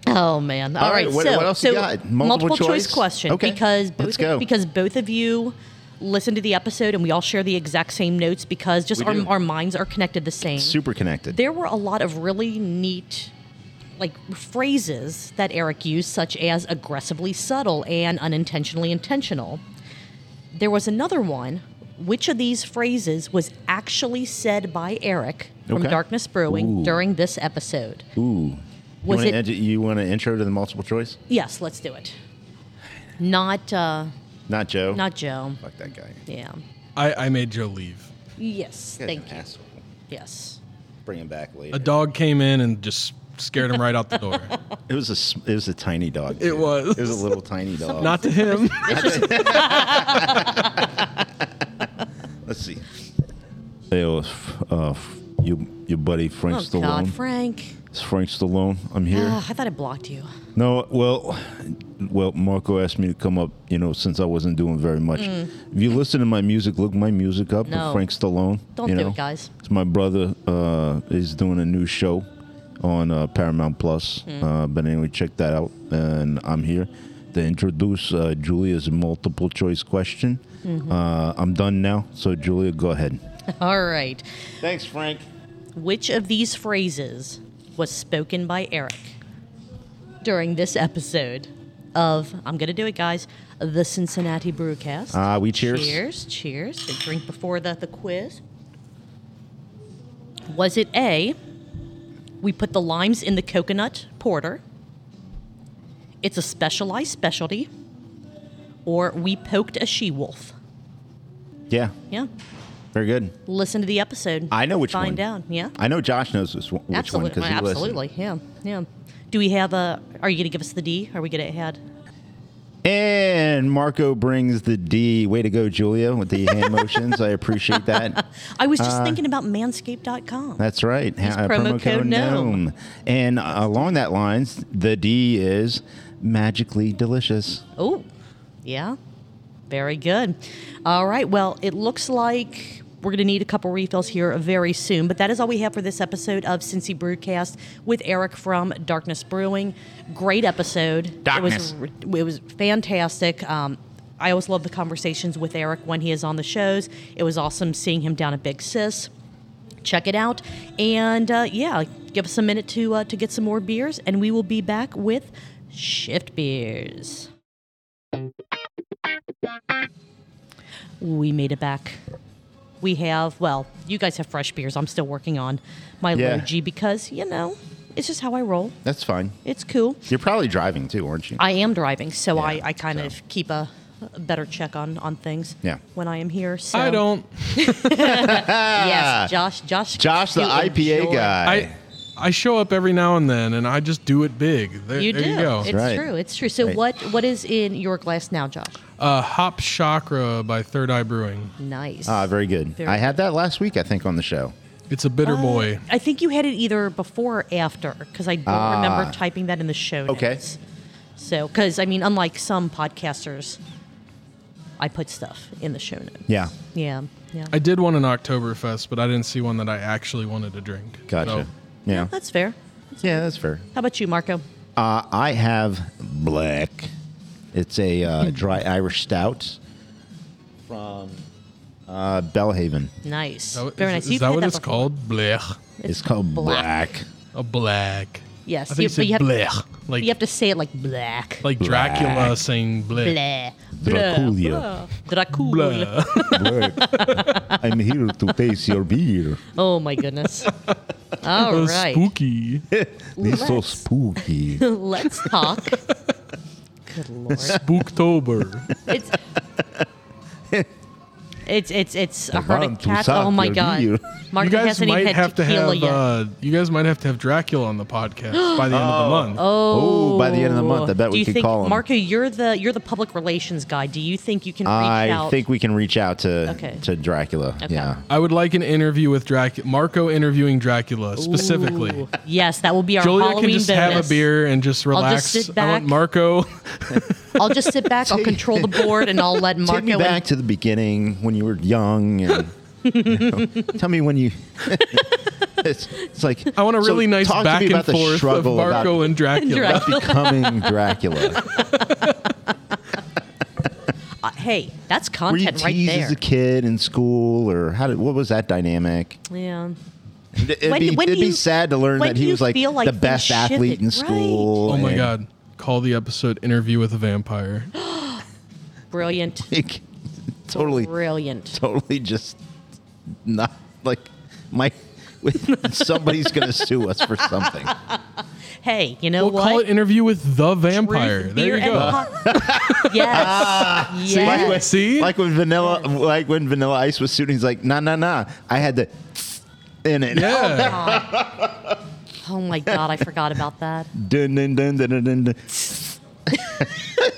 S3: Oh man!
S2: All
S3: All
S2: right,
S3: right.
S2: what-
S3: so,
S2: what else
S3: so
S2: you got? Multiple choice?
S3: choice? question.
S2: Okay,
S3: Because both
S2: let's go.
S3: because both of you listen to the episode and we all share the exact same notes because just
S2: We
S3: our,
S2: do.
S3: our minds are connected the same
S2: Super connected.
S3: there were a lot of really neat like phrases that Eric used, such as aggressively subtle and unintentionally intentional. There was another one. Which of these phrases was actually said by Eric from
S2: Okay.
S3: Darkness Brewing
S2: Ooh.
S3: during this episode?
S2: Ooh.
S3: Was
S2: you
S3: it-
S2: want you want an intro to the multiple choice?
S3: Yes, let's do it. Not uh,
S2: Not Joe.
S3: not Joe.
S2: Fuck that guy.
S3: Yeah.
S5: I, I made Joe leave.
S3: Yes.
S2: Guy's
S3: Thank
S2: an
S3: you.
S2: asshole.
S3: Yes.
S2: Bring him back later.
S5: A dog came in and just scared him right out the door.
S2: It was a s- it was a tiny dog.
S5: It
S2: too.
S5: was.
S2: It was a little tiny dog.
S5: Not to him.
S2: Let's see. Hey, uh, f- uh, f- your your buddy Frank
S3: Oh
S2: Stallone.
S3: God, Frank.
S2: It's Frank Stallone. I'm here.
S3: Ah, I thought I blocked you.
S2: No, well, well, Marco asked me to come up. You know, since I wasn't doing very much. If you listen to my music, look my music up. with
S3: Mm. No.
S2: Frank Stallone.
S3: Don't
S2: you
S3: do
S2: know.
S3: it, guys.
S2: It's my brother uh, is doing a new show on uh, Paramount Plus. Uh, but anyway, check that out. And I'm here to introduce uh, Julia's multiple choice question. Uh, I'm done now, so Julia, go ahead.
S3: All right.
S2: Thanks, Frank.
S3: Which of these phrases was spoken by Eric during this episode of I'm gonna do it, guys, the Cincinnati Brewcast?
S2: Ah, we cheers.
S3: Cheers, cheers. Big drink before the, the quiz. Was it A, we put the limes in the coconut porter? It's a specialized specialty. Or we poked a she wolf.
S2: Yeah,
S3: Yeah.
S2: very good.
S3: Listen to the episode.
S2: I know which
S3: Find
S2: one.
S3: out. Yeah.
S2: I know Josh knows this one, which one
S3: Absolutely,
S2: because he listened.
S3: absolutely, yeah, yeah. Do we have a? Are you going to give us the D? Are we going to add?
S2: And Marco brings the D. Way to go, Julia, with the hand motions. I appreciate that.
S3: I was
S2: Uh,
S3: just thinking about Manscaped.com.
S2: That's right. Ha-
S3: promo code GNOME.
S2: And uh, along that lines, the D is magically delicious.
S3: Oh, yeah, very good. All right. Well, it looks like we're going to need a couple refills here very soon. But that is all we have for this episode of Cincy Broadcast with Eric from Darkness Brewing. Great episode.
S2: Darkness.
S3: It was it was fantastic. Um, I always love the conversations with Eric when he is on the shows. It was awesome seeing him down at Big Sis. check it out and uh, yeah give us a minute to uh, to get some more beers and we will be back with shift beers we made it back we have well you guys have fresh beers i'm still working on my
S2: Yeah.
S3: allergy because you know it's just how i roll
S2: That's fine.
S3: it's cool
S2: You're probably driving too, aren't you?
S3: I am driving, so
S2: Yeah,
S3: I, I kind
S2: so.
S3: of keep a, a better check on, on things
S2: Yeah.
S3: when I am here. So.
S5: I don't.
S3: Yes, Josh. Josh.
S2: Ah. Josh, the
S3: you
S2: IPA
S3: enjoy-
S2: guy.
S5: I I show up every now and then, and I just do it big. There
S3: You
S5: there
S3: do.
S5: you go.
S3: It's
S2: Right.
S3: true. It's true. So
S2: Right.
S3: what what is in your glass now, Josh?
S5: Uh, Hop Chakra by Third Eye Brewing.
S3: Nice.
S2: ah, very good.
S3: Very
S2: I had that last week, I think, on the show.
S5: It's a
S3: Oh.
S5: bitter boy.
S3: I think you had it either before or after because I don't remember typing that in the show.
S2: Ah. Okay.
S3: notes. So because I mean, unlike some podcasters, I put stuff in the show notes.
S2: Yeah.
S3: Yeah. Yeah.
S5: I did want an Oktoberfest, but I didn't see one that I actually wanted to drink.
S2: Gotcha.
S5: So,
S2: Yeah.
S3: That's fair.
S2: Yeah, that's fair.
S3: How about you, Marco?
S2: Uh, I have black. It's a uh, dry Irish stout.
S4: from
S2: Uh, Bellhaven.
S3: Nice.
S5: That-
S3: Very
S5: is-
S3: nice.
S5: Is,
S3: You've
S5: that
S3: had
S5: what it's
S3: before.
S5: called? Blech.
S2: It's, called
S3: black.
S2: Black.
S5: A black.
S3: Yes,
S5: I
S3: you-
S5: think
S3: but you
S5: you,
S3: have-
S5: said blech. Like,
S3: You have to say it like black.
S5: like
S2: Black.
S5: Dracula saying blech.
S3: Blah.
S2: Dracula.
S3: Dracula.
S2: I'm here to taste your beer.
S3: Oh my goodness. All
S5: Oh,
S3: right.
S5: Spooky.
S2: This so
S3: Let's-
S2: spooky.
S3: Let's talk. Good lord.
S5: Spooktober.
S3: It's It's it's it's a herd
S2: want
S3: of
S2: to
S3: cats.
S2: suck
S3: Oh my
S2: your
S3: god.
S2: beer.
S5: you
S3: Martin
S5: guys
S3: hasn't
S5: might
S3: even had
S5: have to
S3: tequila
S5: have.
S3: yet.
S5: Uh, you guys might have to have Dracula on the podcast by the end of the month.
S2: Oh, by the end of the month, I bet
S3: Do
S2: we
S3: you
S2: could
S3: think,
S2: call him.
S3: Marco, you're the you're the public relations guy. Do you think you can reach
S2: I
S3: out?
S2: think we can reach out to
S3: Okay.
S2: to Dracula.
S3: Okay.
S2: Yeah.
S5: I would like an interview with Dracula. Marco interviewing Dracula specifically.
S3: Ooh, yes, that will be our
S5: Julia
S3: Halloween
S5: can just
S3: bonus.
S5: have a beer and just relax.
S3: sit
S5: I want
S3: back.
S5: Marco.
S3: I'll just sit back. I'll control the board, and I'll let Marco.
S2: Take me
S3: in.
S2: back to the beginning when you were young and you know, tell me when you. it's, it's like
S5: I want a
S2: so
S5: really nice
S2: talk to
S5: back
S2: me
S5: and
S2: about the
S5: forth of
S2: struggle about
S5: Marco and Dracula.
S3: Dracula.
S2: becoming Dracula.
S3: Uh, hey, that's
S2: Were you
S3: content right
S2: teased
S3: there.
S2: as a kid in school, or how did what was that dynamic?
S3: yeah.
S2: It'd,
S3: When-
S2: be,
S3: when do
S2: it'd be
S3: you-
S2: sad to learn
S3: when
S2: that
S3: do
S2: he
S3: you
S2: was like,
S3: feel like
S2: the
S3: things
S2: best athlete
S3: shifted?
S2: in
S3: Right.
S2: school.
S5: Oh my
S2: and,
S5: god. Call the episode Interview with a Vampire.
S3: Brilliant.
S2: like, totally,
S3: Brilliant.
S2: totally just not like my. somebody's gonna sue us for something.
S3: Hey, you know
S5: We'll
S3: what?
S5: call it Interview with the Vampire.
S3: Truth,
S5: there
S3: beer,
S5: you
S3: and
S5: go.
S3: pop- yes.
S2: Ah.
S3: yes.
S5: See?
S2: Like when Vanilla, like when Vanilla Ice was suing, he's like, nah, nah, nah. I had the in it.
S3: Oh,
S5: yeah.
S3: God. Oh my god, I forgot about that.
S2: Dun, dun, dun, dun, dun, dun, dun.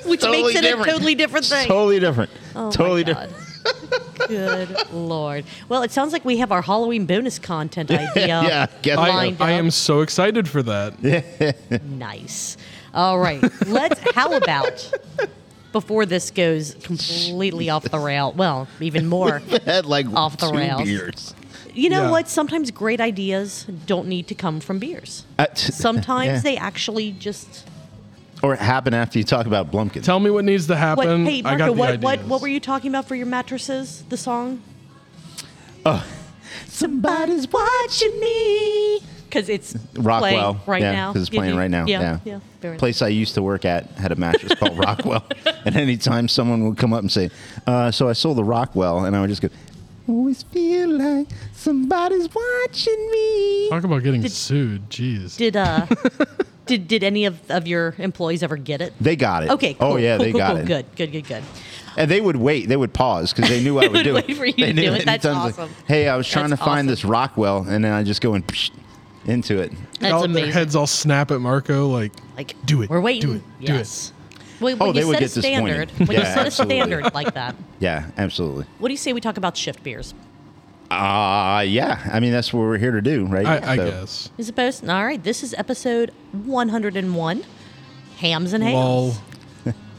S3: Which
S2: Totally
S3: makes it
S2: different.
S3: a totally different thing.
S2: Totally different.
S3: Oh my
S2: totally
S3: God.
S2: different.
S3: Good lord. Well, it sounds like we have our Halloween bonus content idea.
S2: Yeah, guess so.
S5: I,
S3: lined
S5: I
S3: up.
S5: am so excited for that.
S3: Nice. All right. Let's. How about before this goes completely off the rail? Well, even more.
S2: Had like
S3: Off the
S2: two
S3: rails.
S2: beers.
S3: You know
S5: Yeah.
S3: what? Sometimes great ideas don't need to come from beers.
S2: Uh, t-
S3: Sometimes
S2: yeah.
S3: they actually just.
S2: or it happened after you talk about Blumpkin.
S5: Tell me what needs to
S3: What,
S5: happen.
S3: hey,
S5: Um, I got
S3: Marco,
S5: the
S3: what,
S5: ideas.
S3: what, what were you talking about for your mattresses? The song?
S2: Somebody's watching me.
S3: Because it's
S2: Rockwell,
S3: playing right
S2: yeah,
S3: now.
S2: 'cause it's playing
S3: Mhm.
S2: right now. Yeah,
S3: Yeah. yeah very nice.
S2: Place I used to work at had a mattress called Rockwell, and anytime someone would come up and say, uh, "So I sold the Rockwell," and I would just go, "Always feel like somebody's watching me."
S5: Talk about getting sued. Jeez.
S3: Did, uh, did, did any of, of your employees ever get it?
S2: They got it.
S3: Okay.
S2: Oh
S3: cool,
S2: yeah,
S3: cool,
S2: they
S3: cool,
S2: got
S3: cool.
S2: it.
S3: Good, good, good, good.
S2: And they would wait. They would pause because they knew I would do
S3: would
S2: it.
S3: wait for you to
S2: They knew
S3: do it.
S2: any
S3: That's
S2: times, like,
S3: awesome.
S2: hey, I was trying
S3: That's
S2: to find
S3: awesome.
S2: this Rockwell, and then I just go and into it.
S3: That's
S5: all,
S3: amazing.
S5: Their heads all snap at Marco. Like,
S3: Like,
S5: do it.
S3: We're waiting.
S5: Do it. Do it.
S3: yes. When, when
S2: Oh,
S3: you
S2: they
S3: set
S2: would
S3: a
S2: get disappointed.
S3: standard, when you
S2: Yeah,
S3: set
S2: absolutely.
S3: a standard like that,
S2: Yeah, absolutely.
S3: what do you say we talk about shift beers?
S2: Uh, yeah. I mean, that's what we're here to do, right?
S5: I, I
S2: So-
S5: guess.
S3: Is it post? All right, this is episode 101, hams and hams.
S5: Lol.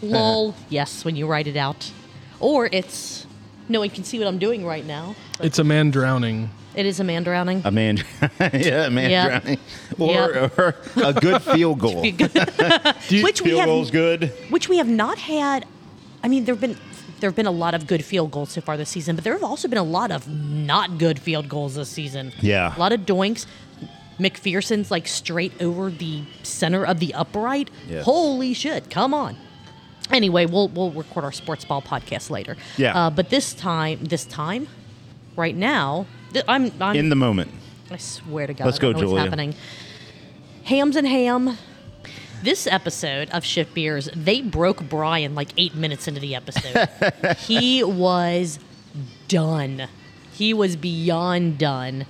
S3: Lol. yes, when you write it out, or it's no one can see what I'm doing right now.
S5: It's a man drowning.
S3: It is a man drowning.
S2: A man, yeah, a man
S3: Yep.
S2: drowning, or,
S3: Yep.
S2: or a good field goal.
S3: which we
S2: field
S3: have,
S2: goal's good.
S3: which we have not had. I mean, there've been there've been a lot of good field goals so far this season, but there have also been a lot of not good field goals this season.
S2: Yeah.
S3: a lot of doinks. McPherson's like straight over the center of the upright.
S2: Yes.
S3: Holy shit! Come on. Anyway, we'll we'll record our sports ball podcast later.
S2: Yeah.
S3: Uh, but this time, this time, right now, th- I'm, I'm
S2: In the moment,
S3: I swear to God.
S2: Let's
S3: I
S2: go,
S3: don't know
S2: Julia.
S3: What's happening? Hams and ham. This episode of Shift Beers, they broke Brian like eight minutes into the episode. he was done. He was beyond done.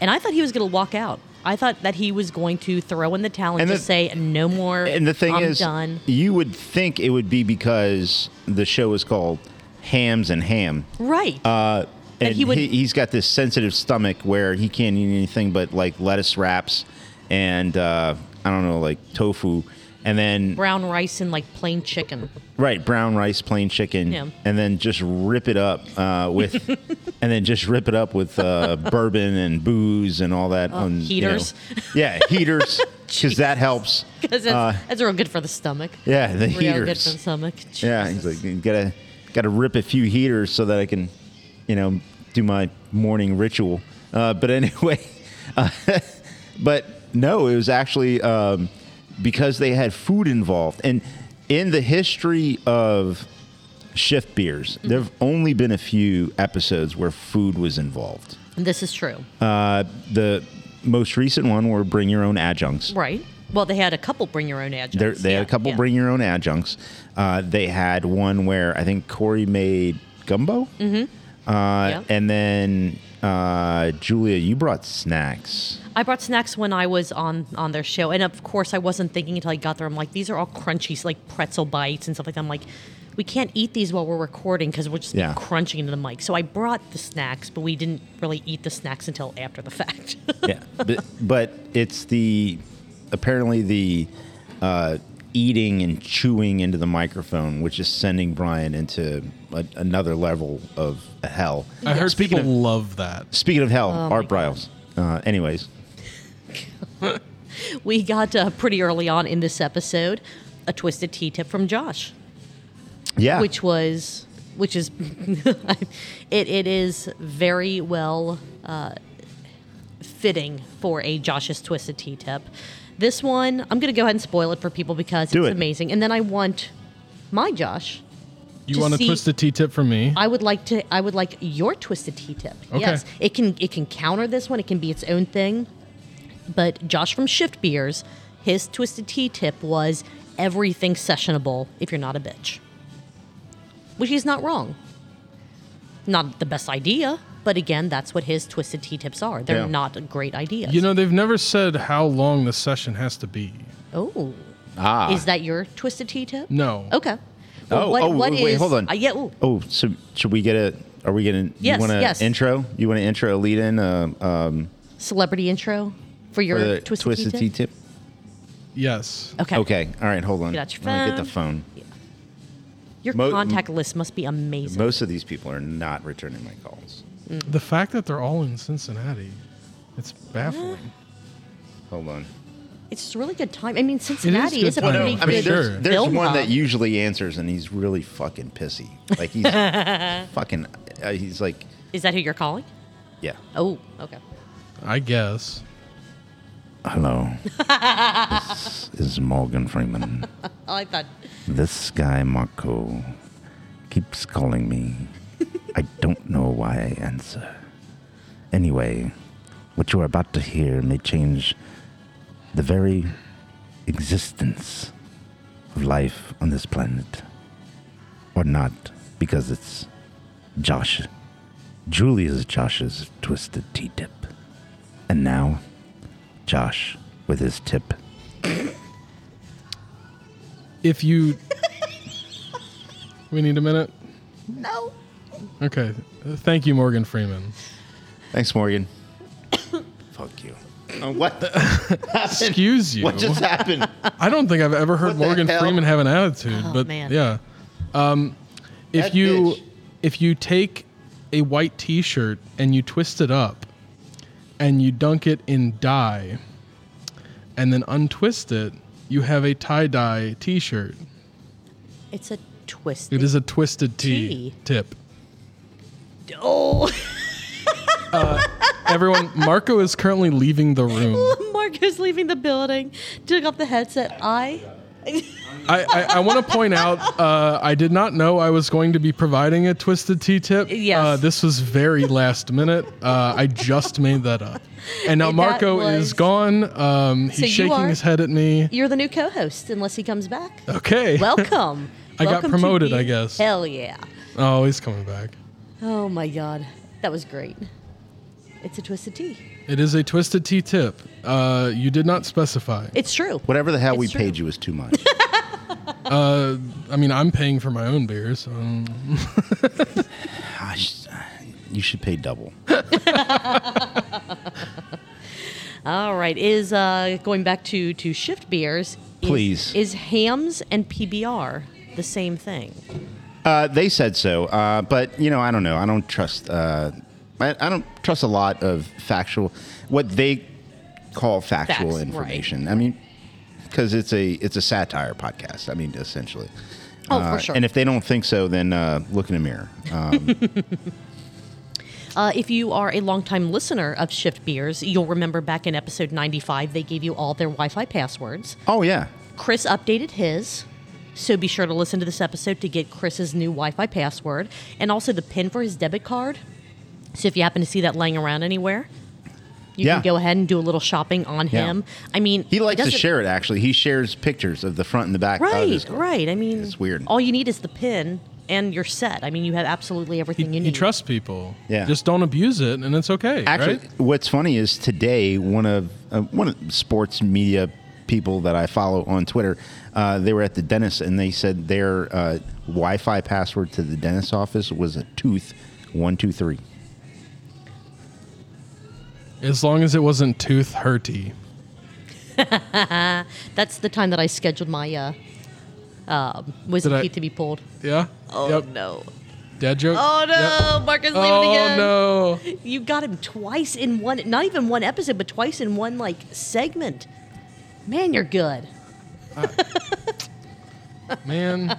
S3: And I thought he was going to walk out. I thought that he was going to throw in the towel and,
S2: And
S3: just
S2: the-
S3: say, no more.
S2: and the thing
S3: I'm
S2: is,
S3: done.
S2: you would think it would be because the show is called Hams and Ham,
S3: Right.
S2: uh,
S3: That
S2: and
S3: he
S2: he
S3: would-
S2: he, has got this sensitive stomach where he can't eat anything but like lettuce wraps and uh, I don't know, like tofu, and then
S3: Brown rice and like plain chicken.
S2: Right, brown rice, plain chicken,
S3: Yeah.
S2: and then just rip it up uh, with, and then just rip it up with uh, bourbon and booze and all that. on, you know.
S3: Oh, heaters.
S2: yeah, heaters, because that helps.
S3: Because that's, that's real good for the stomach.
S2: uh, Yeah, the
S3: Real good for the
S2: heaters.
S3: stomach.
S2: Yeah,
S3: Jesus.
S2: he's like, you gotta got to rip a few heaters so that I can, you know, do my morning ritual. Uh, but anyway, uh, but no, it was actually um, because they had food involved. And in the history of shift beers,
S3: Mm-hmm.
S2: there have only been a few episodes where food was involved.
S3: This is true.
S2: Uh, the most recent one were bring your own adjuncts.
S3: right. Well, they had a couple bring your own adjuncts.
S2: There, they had
S3: Yeah,
S2: a couple
S3: yeah.
S2: bring your own adjuncts. Uh, they had one where I think Corey made gumbo. Mm-hmm. Uh,
S3: Yep.
S2: And then uh, Julia, you brought snacks.
S3: I brought snacks when I was on on their show, and of course I wasn't thinking until I got there. I'm like, these are all crunchy, like pretzel bites and stuff like that. I'm like, we can't eat these while we're recording because we're just
S2: Yeah.
S3: crunching into the mic. So I brought the snacks, but we didn't really eat the snacks until after the fact.
S2: yeah, but, but it's the apparently the uh, eating and chewing into the microphone, which is sending Brian into a, another level of hell.
S5: I heard
S2: Speaking
S5: people love that.
S2: Speaking of hell,
S3: Oh my
S2: Art
S3: God.
S2: Briles. Uh, anyways,
S3: we got uh, pretty early on in this episode a twisted tea tip from Josh.
S2: yeah,
S3: which was which is it, it is very well uh, fitting for a josh's twisted tea tip this one i'm going to go ahead and spoil it for people because
S2: Do
S3: it's
S2: it.
S3: amazing and then i want my josh
S5: You
S3: To
S5: want a
S3: see-
S5: twisted tea tip from me?
S3: I would like to. I would like your twisted tea tip.
S5: Okay.
S3: Yes, it can. It can counter this one. It can be its own thing. But Josh from Shift Beers, his twisted tea tip was everything sessionable if you're not a bitch, which he's not wrong. Not the best idea, but again, that's what his twisted tea tips are. They're
S2: Yeah.
S3: not great ideas.
S5: You know, they've never said how long the session has to be.
S3: Oh,
S2: ah,
S3: is that your twisted tea tip?
S5: No.
S3: Okay.
S2: Oh, oh, wait, hold on.
S3: uh, yeah. ooh.
S2: Oh, so should we get a? Are we gonna?
S3: Yes,
S2: you want to
S3: yes.
S2: intro? You want to intro a lead in? Uh, um,
S3: Celebrity intro for your
S2: for the
S3: twisted,
S2: tea
S3: tea tip.
S2: tip.
S5: Yes.
S3: Okay.
S2: Okay. All right. Hold on.
S3: Get out your
S2: Let me Get the phone.
S3: Your
S2: Mo-
S3: contact list must be amazing.
S2: Most of these people are not returning my calls.
S5: The fact that they're all in Cincinnati, it's baffling.
S2: Hold on.
S3: it's just a really good time. I mean, Cincinnati
S5: good
S3: is, a
S5: time.
S3: pretty
S5: Well,
S2: I
S5: For
S3: good
S2: mean, there's,
S5: sure.
S2: there's
S3: film
S2: one
S3: hub.
S2: that usually answers, and he's really fucking pissy. Like he's fucking. Uh, he's like,
S3: Is that who you're calling?
S2: yeah.
S3: Oh, okay.
S5: I guess.
S2: Hello. this is Morgan Freeman.
S3: Oh, I thought.
S2: This guy, Marco, keeps calling me. I don't know why I answer. Anyway, what you are about to hear may change the very existence of life on this planet. Or not, because it's Josh. Julia's Josh's twisted tea tip. And now, Josh with his tip.
S5: If you. we need a minute?
S3: No.
S5: Okay. Uh, Thank you, Morgan Freeman.
S2: Thanks, Morgan. Fuck you. Uh, what?
S5: Excuse you.
S2: What just happened?
S5: I don't think I've ever heard
S2: What the
S5: Morgan
S2: hell?
S5: Freeman have an attitude,
S3: Oh,
S5: but
S3: man.
S5: yeah. Um, if
S2: That
S5: you
S2: bitch.
S5: if you take a white T-shirt and you twist it up, and you dunk it in dye, and then untwist it, you have a tie dye T-shirt.
S3: It's a twist.
S5: It is a twisted T
S3: Tea.
S5: tip.
S3: Oh,
S5: Everyone, Marco is currently leaving the room.
S3: Mark is leaving the building. Took off the headset. I.
S5: I, I, I want to point out uh, I did not know I was going to be providing a twisted T tip.
S3: Yes.
S5: Uh, this was very last minute. Uh, I just made that up. And now
S3: That
S5: Marco
S3: was-
S5: is gone. Um, he's
S3: So you
S5: shaking
S3: are-
S5: his head at me.
S3: You're the new co-host, unless he comes back.
S5: Okay.
S3: Welcome.
S5: I got
S3: Welcome to
S5: promoted,
S3: the-
S5: I guess.
S3: Hell yeah.
S5: oh, he's coming back.
S3: Oh my God, that was great. It's a twisted tea.
S5: It is a twisted T tip. Uh, you did not specify.
S3: It's true.
S2: Whatever the hell
S3: It's
S2: we
S3: true.
S2: paid you is too much.
S5: I mean, I'm paying for my own beer, so um,
S2: Gosh, you should pay double.
S3: All right, is uh, going back to to shift beers. is-
S2: Please.
S3: is hams and PBR the same thing?
S2: Uh, they said so, uh, but you know, I don't know. I don't trust. Uh, I, I don't trust a lot of factual, what they call factual
S3: Facts, right.
S2: information. I mean, because it's a it's a satire podcast. I mean, essentially,
S3: Oh,
S2: Uh,
S3: for sure.
S2: And if they don't think so, then uh, look in the mirror. Um,
S3: Uh, if you are a longtime listener of Shift Beers, you'll remember back in episode 95, they gave you all their Wi Fi passwords.
S2: oh yeah,
S3: Chris updated his, so be sure to listen to this episode to get Chris's new Wi Fi password and also the PIN for his debit card. So if you happen to see that laying around anywhere, you
S2: Yeah.
S3: can go ahead and do a little shopping on
S2: Yeah.
S3: him. I mean,
S2: he likes to
S3: doesn't-
S2: share it. Actually, he shares pictures of the front and the back. of his
S3: Right,
S2: car.
S3: right. I mean,
S2: It's weird.
S3: All you need is the PIN and you're set. I mean, you have absolutely everything you
S5: You,
S3: need.
S5: trust people.
S2: Yeah.
S5: Just don't abuse it, and it's okay.
S2: Actually,
S5: right?
S2: what's funny is today one of uh, one of sports media people that I follow on Twitter, uh, they were at the dentist and they said their uh, Wi-Fi password to the dentist office was a tooth one two three.
S5: as long as it wasn't tooth hurty.
S3: That's the time that I scheduled my uh, um wisdom
S5: Did I-
S3: teeth to be pulled.
S5: Yeah.
S3: Oh
S5: Yep.
S3: no!
S5: Dad joke.
S3: Oh no!
S5: Yep.
S3: Marcus, leave it
S5: Oh
S3: again.
S5: no.
S3: You got him twice in one. Not even one episode, but twice in one like segment. Man, you're good.
S5: Man.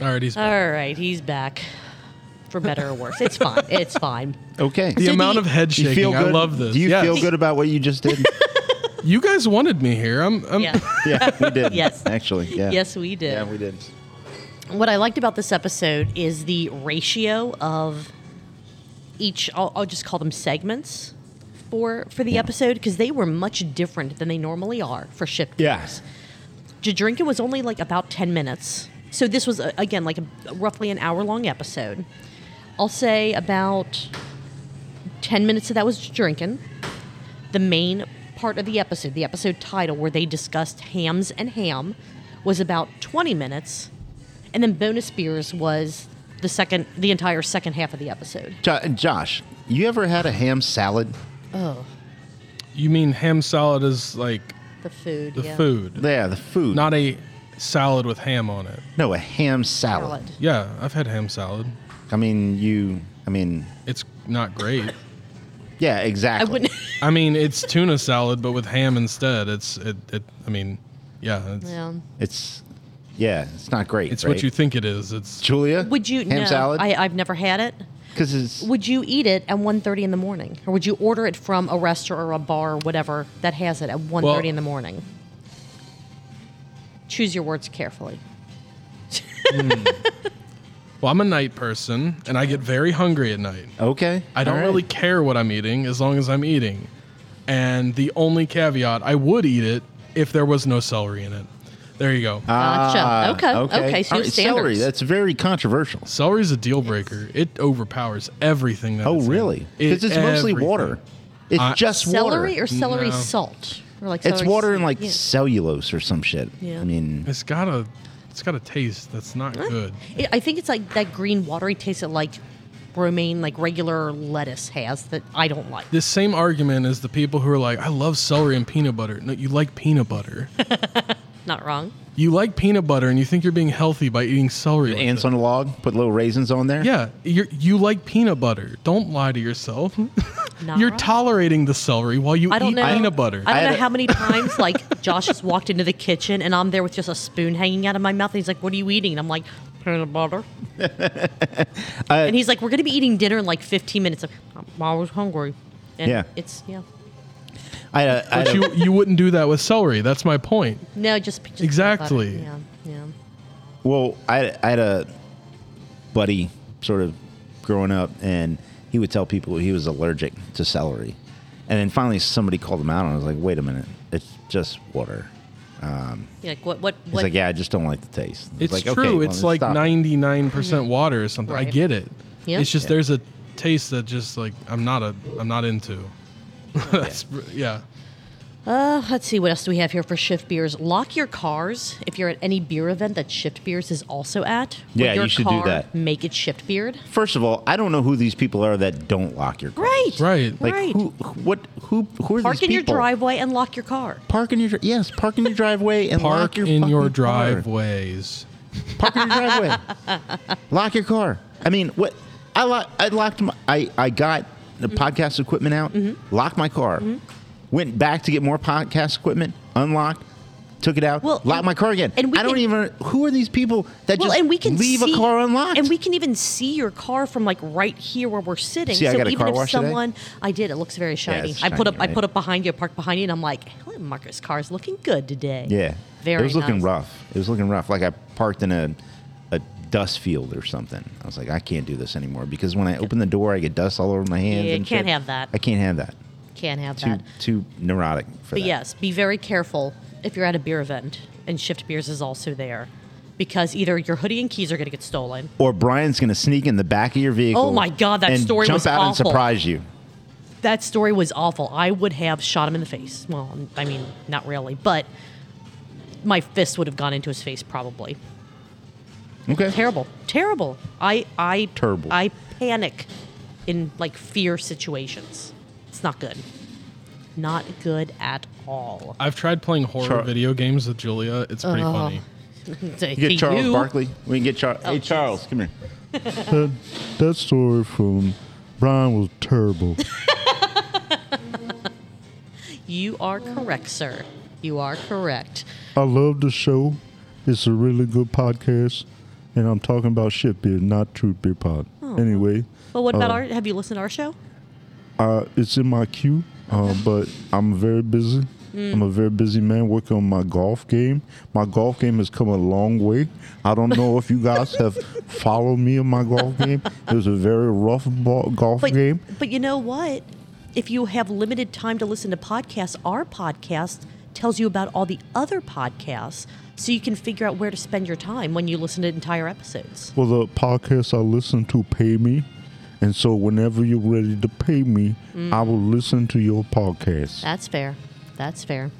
S5: Alright, he's back.
S3: All right, he's back. For better or worse, it's fine. It's fine.
S2: Okay.
S5: The
S3: So
S5: amount
S3: the-
S5: of head
S2: You
S5: shaking.
S2: feel
S5: I
S2: good?
S5: love this.
S2: Do you
S5: Yes.
S2: feel good about what you just did?
S5: You guys wanted me here. I'm. I'm
S3: Yeah.
S2: yeah, we did.
S3: Yes.
S2: Actually, yeah.
S3: Yes, we did.
S2: Yeah, we did.
S3: what I liked about this episode is the ratio of each. I'll, I'll just call them segments for for the episode because they were much different than they normally are for shift.
S2: Yes.
S3: Jadrinka was only like about 10 minutes. So this was, uh, again, like a, roughly an hour long episode. I'll say about 10 minutes of that was drinking. The main part of the episode, the episode title where they discussed hams and ham, was about 20 minutes. And then bonus beers was the second, the entire second half of the episode.
S2: Jo- Josh, you ever had a ham salad?
S3: Oh,
S5: You mean ham salad is like
S3: the food.
S5: the
S3: yeah.
S5: food,
S2: Yeah, the food.
S5: not a salad with ham on it.
S2: no, a ham salad.
S3: Salad.
S5: Yeah, I've had ham salad.
S2: I mean, you. I mean,
S5: It's not great.
S2: yeah, exactly.
S3: wouldn't-
S5: I mean, it's tuna salad but with ham instead. It's it. it I mean, yeah, it's,
S3: Yeah.
S2: It's yeah, it's not great.
S5: it's
S2: right?
S5: what you think it is. It's
S2: Julia.
S3: Would you?
S2: ham
S3: no,
S2: salad?
S3: I, I've never had it.
S2: Because it's
S3: Would you eat it at 1.30 in the morning? Or would you order it from a restaurant or a bar or whatever that has it at 1.30
S5: Well-
S3: in the morning? Choose your words carefully.
S5: well, I'm a night person and I get very hungry at night.
S2: okay.
S5: I don't
S2: all right.
S5: really care what I'm eating as long as I'm eating. And the only caveat, I would eat it if there was no celery in it. There you go.
S3: Gotcha.
S2: Ah,
S3: okay. Okay.
S2: All
S3: So you have
S2: right,
S3: standards.
S2: celery. That's very controversial.
S5: Celery's a deal breaker. It overpowers everything. That
S2: Oh,
S5: it's in.
S2: really?
S5: It-
S2: Because it's mostly
S5: everything. Uh,
S2: water. It's
S5: I-
S2: just
S3: celery
S2: water.
S3: or celery
S5: No.
S3: salt? Or like
S2: it's
S3: celery
S2: water and
S3: salt.
S2: like
S3: Yeah.
S2: cellulose or some shit.
S3: Yeah.
S2: I mean,
S5: It's got a, it's got a taste that's not good.
S3: It- I think it's like that green watery taste that like romaine, like regular lettuce has that I don't like.
S5: This same argument is the people who are like, I love celery and peanut butter. No, you like peanut butter.
S3: Not wrong.
S5: you like peanut butter and you think you're being healthy by eating celery. with
S2: ants
S5: it.
S2: on a log. Put little raisins on there.
S5: Yeah, you you like peanut butter. Don't lie to yourself.
S3: Not
S5: you're
S3: wrong.
S5: tolerating the celery while you
S3: I don't
S5: eat
S3: know.
S5: peanut butter.
S3: I
S2: I
S3: don't
S2: had
S3: know
S2: a-
S3: how many times like Josh has walked into the kitchen and I'm there with just a spoon hanging out of my mouth. And he's like, "What are you eating?" And I'm like, "Peanut butter."
S2: Uh,
S3: and he's like, "We're gonna be eating dinner in like 15 minutes." I'm, I was hungry. And
S2: Yeah.
S3: It's yeah.
S2: I had a, I had a-
S5: but you you wouldn't do that with celery. That's my point.
S3: No, just, just peanut butter.
S5: Exactly.
S3: Yeah. Yeah.
S2: Well, I, I had a buddy sort of growing up, and he would tell people he was allergic to celery. And then finally, somebody called him out, and I was like, wait a minute, it's just water.
S3: You're like what? What?
S2: He's
S3: What?
S2: like, yeah, I just don't like the taste. I was
S5: It's
S2: like,
S5: true.
S2: well,
S5: it's
S2: then
S5: like
S2: stop it."
S5: ninety nine percent water or something. I
S3: Right.
S5: get it.
S3: Yeah.
S5: It's just there's a taste that just like I'm not a I'm not into. That's yeah.
S3: Uh, let's see what else do we have here for shift beers. Lock your cars if you're at any beer event that Shift Beers is also at. with
S2: Yeah,
S3: your
S2: you should do
S3: car,
S2: that.
S3: Make it shift beard.
S2: First of all, I don't know who these people are that don't lock your car.
S3: Right.
S5: Right.
S2: Like,
S3: right.
S2: who, what, who, who are
S3: Park
S2: these
S3: in your
S2: people?
S3: driveway and lock your car.
S2: Park in your, dri- yes, park in your driveway and
S5: Park
S2: lock your
S5: in
S2: fucking
S5: your
S2: car.
S5: driveways.
S2: Park in your driveway. lock your car. I mean, what? I lock, I locked my. I I got the
S3: Mm-hmm.
S2: podcast equipment out. Locked my car. Went back to get more podcast equipment. Unlocked. took it out,
S3: Well,
S2: locked
S3: and-
S2: my car again.
S3: and we
S2: I don't
S3: can-
S2: even. Who are these people that
S3: Well,
S2: just
S3: and we can
S2: leave
S3: see,
S2: a car unlocked?
S3: and we can even see your car from like right here where we're sitting.
S2: See, I
S3: so
S2: got a
S3: even
S2: car
S3: if
S2: wash today.
S3: someone, I did. It looks very shiny.
S2: it's
S3: I put up,
S2: shiny,
S3: I
S2: right?
S3: put up behind you, parked behind you, and I'm like, Helen Marcus' car's looking good today.
S2: yeah,
S3: very.
S2: It was looking
S3: nice.
S2: rough. It was looking rough. Like I parked in a a dust field or something. I was like, I can't do this anymore because when I open the door, I get dust all over my hands.
S3: Yeah,
S2: and
S3: can't
S2: shit.
S3: have that.
S2: I can't have that.
S3: Can't have
S2: Too
S3: that.
S2: too neurotic for
S3: But
S2: that.
S3: yes, be very careful if you're at a beer event, and Shift Beers is also there, because either your hoodie and keys are going to get stolen.
S2: Or Brian's going to sneak in the back of your vehicle.
S3: Oh my God, that
S2: and
S3: story
S2: jump
S3: was
S2: out and
S3: awful.
S2: surprise you.
S3: That story was awful. I would have shot him in the face. Well, I mean, not really, but my fist would have gone into his face probably.
S2: Okay.
S3: Terrible, terrible. I I
S2: Terrible.
S3: I panic in like fear situations. It's not good. Not good at all.
S5: I've tried playing horror
S2: Char-
S5: video games with Julia. It's pretty
S3: Uh-huh.
S5: funny.
S3: To
S2: You get Charles
S3: you. Oh,
S2: Barkley. We can get Charles. hey,
S3: geez.
S2: Charles, come here.
S6: That story from Brian was terrible.
S3: You are correct, sir. You are correct.
S6: I love the show. It's a really good podcast. And I'm talking about shit beer, not true beer pod. Anyway,
S3: Well, what about
S2: Uh.
S3: our? Have you listened to our show?
S6: uh, it's in my queue, uh, but I'm very busy. I'm a very busy man working on my golf game. My golf game has come a long way. I don't know if you guys have followed me in my golf game. It was a very rough ball, golf
S3: But
S6: game.
S3: but you know what? If you have limited time to listen to podcasts, our podcast tells you about all the other podcasts, so you can figure out where to spend your time when you listen to entire episodes.
S6: Well, the podcast I listen to pay me. And so whenever you're ready to pay me, I will listen to your podcast.
S3: That's fair. That's fair.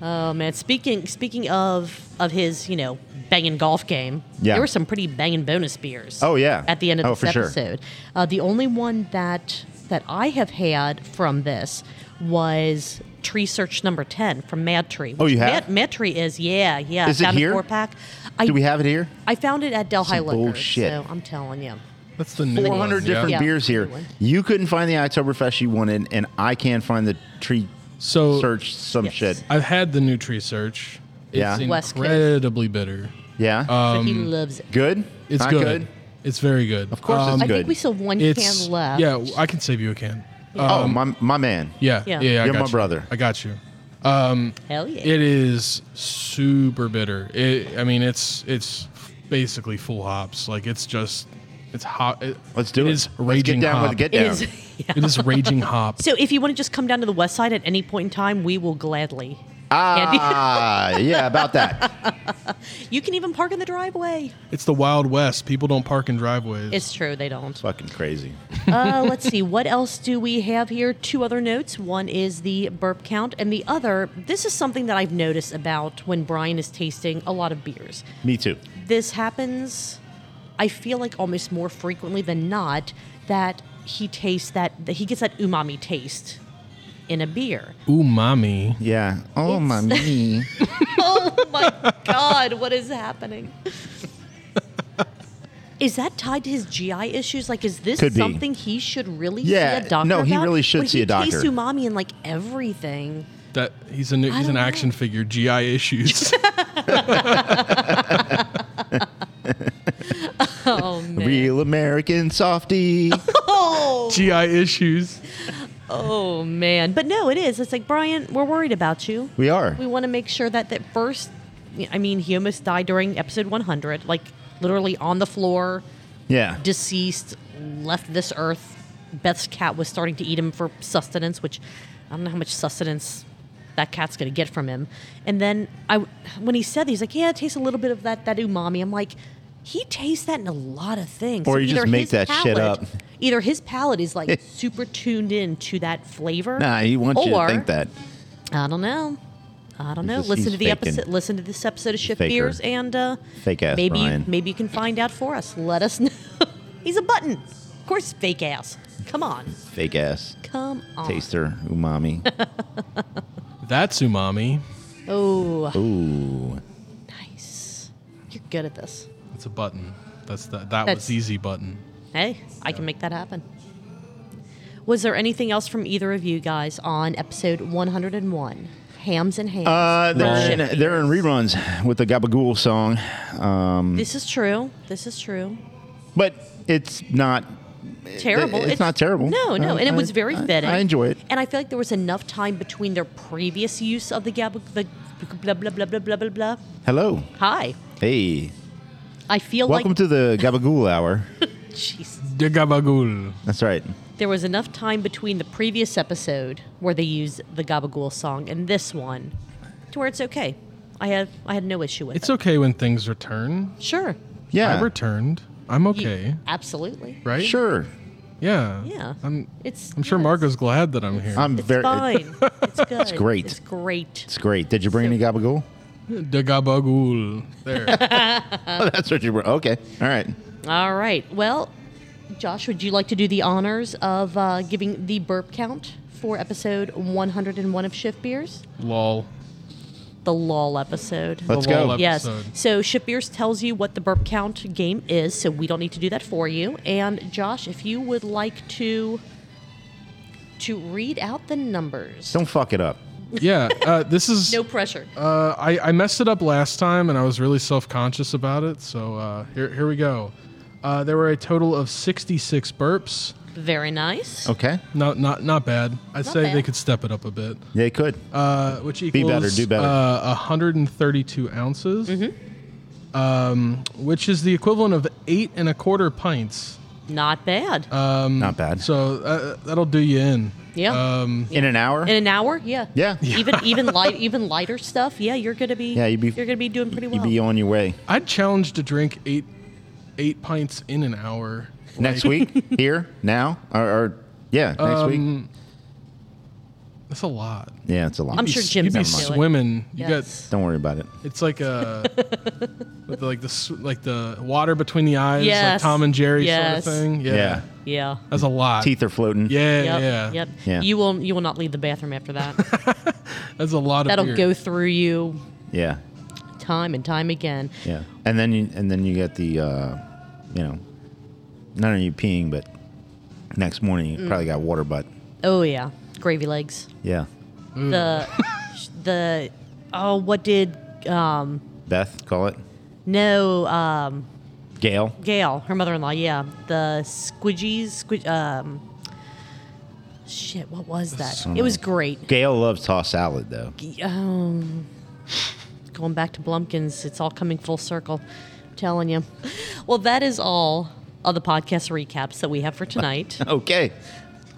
S3: Oh man, speaking speaking of of his, you know, banging golf game,
S2: Yeah.
S3: there were some pretty banging bonus beers.
S2: Oh, yeah.
S3: At the end of
S2: Oh,
S3: this
S2: for sure.
S3: episode, uh, the only one that that I have had from this was Tree Search Number Ten from Mad Tree.
S2: Oh,
S3: which
S2: you have?
S3: Mad, Mad Tree is yeah yeah.
S2: Is it
S3: found
S2: here?
S3: A four pack. I
S2: Do we have it here?
S3: I found it at Delhi
S2: Some
S3: Liquor.
S2: bullshit.
S3: So I'm telling you.
S5: That's the new
S2: 400
S5: one, yeah.
S2: different
S3: Yeah.
S2: beers here.
S3: Good one.
S2: You couldn't find the Oktoberfest you wanted, and I can't find the tree.
S5: So-
S2: search some
S3: Yes.
S2: shit.
S5: I've had the new tree search.
S2: Yeah.
S5: It's
S3: West Coast.
S5: incredibly bitter.
S2: Yeah.
S3: so he
S5: Um,
S3: loves it.
S2: good.
S5: Uh, It's
S2: Not
S5: good. It's very good.
S2: Of course,
S3: I
S2: it's good.
S3: think we still have one
S5: um, it's
S3: can left.
S5: yeah. I can save you a can.
S2: oh, my my man.
S5: Um, Yeah,
S3: Yeah.
S5: yeah, yeah. I
S2: You're
S5: got
S2: my
S5: you.
S2: brother.
S5: I got you.
S3: Hell yeah.
S5: It is super bitter. It, I mean, it's it's basically full hops. Like it's just it's hot. It,
S2: Let's do it.
S5: It is
S2: Let's
S5: raging
S2: get down
S5: hop.
S2: with it. Get
S3: It
S2: down.
S3: is-
S5: It is raging hop.
S3: So if you want to just come down to the west side at any point in time, we will gladly.
S2: Ah, yeah, about that.
S3: You can even park in the driveway.
S5: It's the Wild West. People don't park in driveways.
S3: It's true, they don't.
S2: Fucking crazy.
S3: Uh, let's see, what else do we have here? Two other notes. One is the burp count, and the other, this is something that I've noticed about when Brian is tasting a lot of beers.
S2: Me too.
S3: This happens, I feel like almost more frequently than not, that he tastes that, that he gets that umami taste in a beer.
S5: umami.
S2: Yeah. Oh my me.
S3: Oh my God, what is happening? Is that tied to his GI issues? Like, is this
S2: Could be.
S3: something he should really
S2: Yeah,
S3: see a doctor
S2: no, he
S3: about?
S2: really should
S3: When
S2: see
S3: he
S2: a doctor.
S3: tastes umami and like everything.
S5: That he's a new, he's
S3: don't
S5: an
S3: know.
S5: action figure. GI issues.
S3: Oh man!
S2: Real American softy.
S5: GI issues.
S3: Oh man! But no, it is. It's like Brian, we're worried about you.
S2: We are.
S3: We want to make sure that that first. I mean, he almost died during episode 100. Like literally on the floor,
S2: Yeah.
S3: deceased left this earth. Beth's cat was starting to eat him for sustenance, which I don't know how much sustenance that cat's going to get from him. And then I, when he said that, he's like, "Yeah, it tastes a little bit of that that umami." I'm like, he tastes that in a lot of things.
S2: Or
S3: So
S2: you just
S3: either
S2: make
S3: his
S2: that shit
S3: palate-
S2: up.
S3: Either his palate is like super tuned in to that flavor.
S2: Nah, he wants you to
S3: or-
S2: think that.
S3: I don't know. I don't know.
S2: just-
S3: listen
S2: he's
S3: to the
S2: faking.
S3: episode. Listen to this episode of Shift
S2: faker.
S3: Beers, and uh,
S2: Fake ass
S3: maybe
S2: Brian.
S3: you, maybe you can find out for us. Let us know. he's a button. Of course, he's fake ass. Come on,
S2: Fake ass
S3: come on.
S2: taster umami.
S5: That's umami.
S3: Oh,
S2: Ooh.
S3: nice. You're good at this.
S5: It's a button. That's the, that
S3: That's-
S5: was easy button.
S3: Hey, I can make that happen. Was there anything else from either of you guys on episode 101? Hams and Hams.
S2: Uh, they're,
S3: Friendship
S2: in, they're in
S3: beers.
S2: reruns with the Gabagool song, um,
S3: This is true. This is true.
S2: but it's not.
S3: Terrible.
S2: it's not terrible.
S3: No, no,
S2: I-
S3: and it
S2: I-
S3: was very
S2: I-
S3: fitting.
S2: I enjoy it.
S3: And I feel like there was enough time between their previous use of the gab, the blah blah blah blah blah blah blah.
S2: Hello,
S3: Hi,
S2: hey,
S3: I feel
S2: welcome
S3: like
S2: to the Gabagool hour.
S3: Jesus.
S5: De Gabagool.
S2: That's right.
S3: There was enough time between the previous episode where they used the Gabagool song and this one to where it's okay. I had I had no issue with
S5: It's
S3: it.
S5: okay when things return.
S3: Sure.
S2: Yeah,
S5: I returned. I'm
S3: You-
S5: okay,
S3: absolutely.
S5: right?
S2: sure.
S5: Yeah.
S3: Yeah.
S5: I'm.
S3: It's
S5: I'm sure
S3: yeah,
S5: Margo's glad that I'm here.
S2: I'm
S3: It's, it's
S2: very.
S3: fine. it's good. It's
S2: great.
S3: It's great.
S2: It's great. Did you bring any Gabagool?
S5: De Gabagool. There.
S2: Oh, that's what you brought. Okay, all right.
S3: All right. Well, Josh, would you like to do the honors of uh, giving the burp count for episode 101 of Shift Beers?
S5: Lol.
S3: The lol episode.
S2: Let's
S5: The lol
S2: go.
S3: Yes.
S5: episode.
S3: So Shift Beers tells you what the burp count game is, so we don't need to do that for you. And Josh, if you would like to to read out the numbers.
S2: Don't fuck it up.
S5: Yeah. Uh, this is.
S3: No pressure.
S5: Uh, I, I messed it up last time and I was really self conscious about it. So uh, here, here we go. Uh, there were a total of 66 burps.
S3: Very nice.
S2: Okay.
S5: Not not not bad. I'd say
S3: bad.
S5: they could step it up a bit.
S2: Yeah, you could.
S5: Uh, which equals
S2: better, do better.
S5: Uh, 132 ounces,
S2: Mm-hmm.
S5: um, which is the equivalent of eight and a quarter pints.
S3: Not bad.
S2: Not bad.
S5: So uh, that'll do you in.
S3: yeah.
S2: in an hour.
S3: In an hour? Yeah.
S2: Yeah. Yeah.
S3: Even even light even lighter stuff. Yeah, you're gonna be.
S2: Yeah, you'd be-
S3: are gonna be doing pretty well.
S2: You'd be on your way.
S5: I'd challenge to drink eight eight pints in an hour.
S2: Next week, here, now, or, or yeah, next
S5: Um,
S2: week.
S5: That's a lot.
S2: Yeah, it's a lot.
S3: I'm sure
S5: You'd
S3: Jim's
S5: be
S3: gonna do it.
S5: swimming. You got
S3: Yes.
S2: Don't worry about it.
S5: It's like a with like the s- like the water between the eyes,
S3: Yes.
S5: like Tom and Jerry
S3: Yes.
S5: sort of thing. Yeah.
S2: Yeah.
S3: Yeah.
S5: that's a lot.
S2: Teeth are floating.
S5: Yeah,
S3: Yep.
S5: yeah,
S3: Yep.
S2: Yeah.
S3: You will. You will not leave the bathroom after that.
S5: That's a lot of.
S3: That'll
S5: beer.
S3: go through you
S2: Yeah.
S3: time and time again.
S2: Yeah. And then you and then you get the uh you know not only you peeing but next morning
S5: Mm.
S2: you probably got water butt.
S3: Oh yeah, gravy legs.
S2: Yeah.
S5: Mm.
S3: The the oh what did um
S2: Beth, call it.
S3: no um
S2: Gail.
S3: Gail her mother-in-law yeah the squidgies squid um shit what was that it was great
S2: Gail loves tossed salad though.
S3: um, going back to Blumpkins, it's all coming full circle. I'm telling you. Well, that is all of the podcast recaps that we have for tonight.
S2: Okay.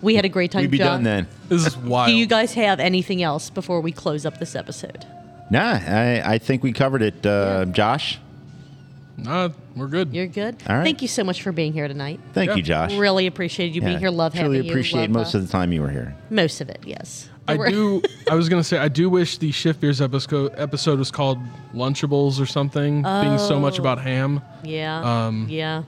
S3: we had a great time.
S2: We'd be done
S3: John.
S2: then.
S5: This is wild.
S3: Do you guys have anything else before we close up this episode?
S2: Nah, I, I think we covered it. Uh, Josh,
S5: nah, we're good.
S3: You're good.
S2: All right.
S3: Thank you so much for being here tonight.
S2: thank
S5: Yeah.
S2: you, Josh.
S3: Really appreciated you
S2: Yeah,
S3: being here. Love
S2: truly
S3: having you.
S2: appreciate
S3: Love,
S2: most
S3: uh,
S2: of the time you were here.
S3: most of it. Yes.
S5: I
S3: We're-
S5: do. I was gonna say I do wish the Shift Beers episode episode was called Lunchables or something, being so
S3: Oh.
S5: much about ham.
S3: Yeah.
S5: um,
S3: yeah.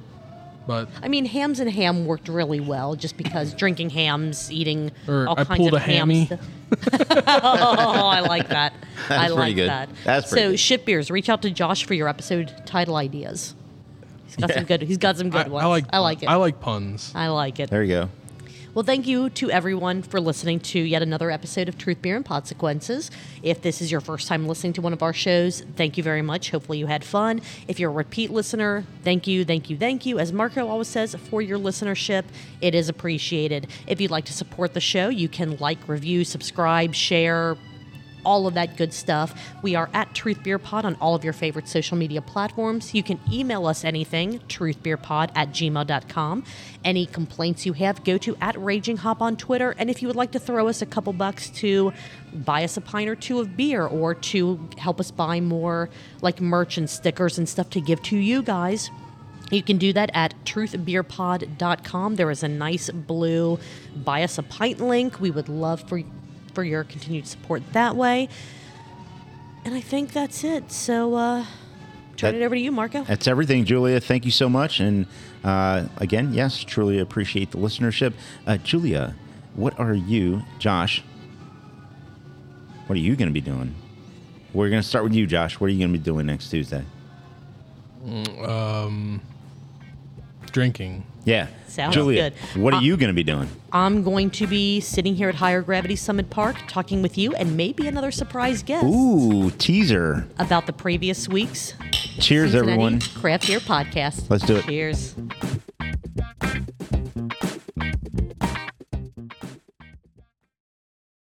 S5: But
S3: I mean, hams and ham worked really well, just because drinking hams, eating
S5: Or
S3: all
S5: I
S3: kinds
S5: pulled
S3: of
S5: a hammy.
S3: Ham oh, I like that. I
S2: That's pretty
S3: like
S2: good.
S3: that.
S2: That's pretty
S3: so
S2: good.
S3: ship beers. Reach out to Josh for your episode title ideas. He's got some good. He's got some
S5: I,
S3: good
S5: I
S3: ones.
S5: like
S3: I like it.
S5: I like puns.
S3: I like it.
S2: There you go.
S3: Well, thank you to everyone for listening to yet another episode of Truth, Beer, and Podsequences. If this is your first time listening to one of our shows, thank you very much. Hopefully, you had fun. If you're a repeat listener, thank you, thank you, thank you. As Marco always says, for your listenership, it is appreciated. If you'd like to support the show, you can like, review, subscribe, share, all of that good stuff. We are at Truth Beer Pod on all of your favorite social media platforms. You can email us anything, truthbeerpod at gmail.com. Any complaints you have, go to at Raging Hop on Twitter. And if you would like to throw us a couple bucks to buy us a pint or two of beer or to help us buy more like merch and stickers and stuff to give to you guys, you can do that at truthbeerpod.com. There is a nice blue buy us a pint link. We would love for for your continued support that way. And I think that's it. So uh turn
S2: That-
S3: it over to you, Marco.
S2: That's everything, Julia. Thank you so much. And uh, again, yes, truly appreciate the listenership. Uh, Julia, what are you, Josh? What are you going to be doing? We're going to start with you, Josh. What are you going to be doing next Tuesday?
S5: drinking.
S2: Yeah.
S3: Sounds
S2: Julia,
S3: good.
S2: what are
S3: Uh,
S2: you going to be doing?
S3: I'm going to be sitting here at Higher Gravity Summit Park talking with you and maybe another surprise guest
S2: Ooh, teaser.
S3: about the previous week's
S2: Cheers,
S3: Cincinnati
S2: everyone.
S3: Craft Beer Podcast.
S2: Let's do it.
S3: Cheers.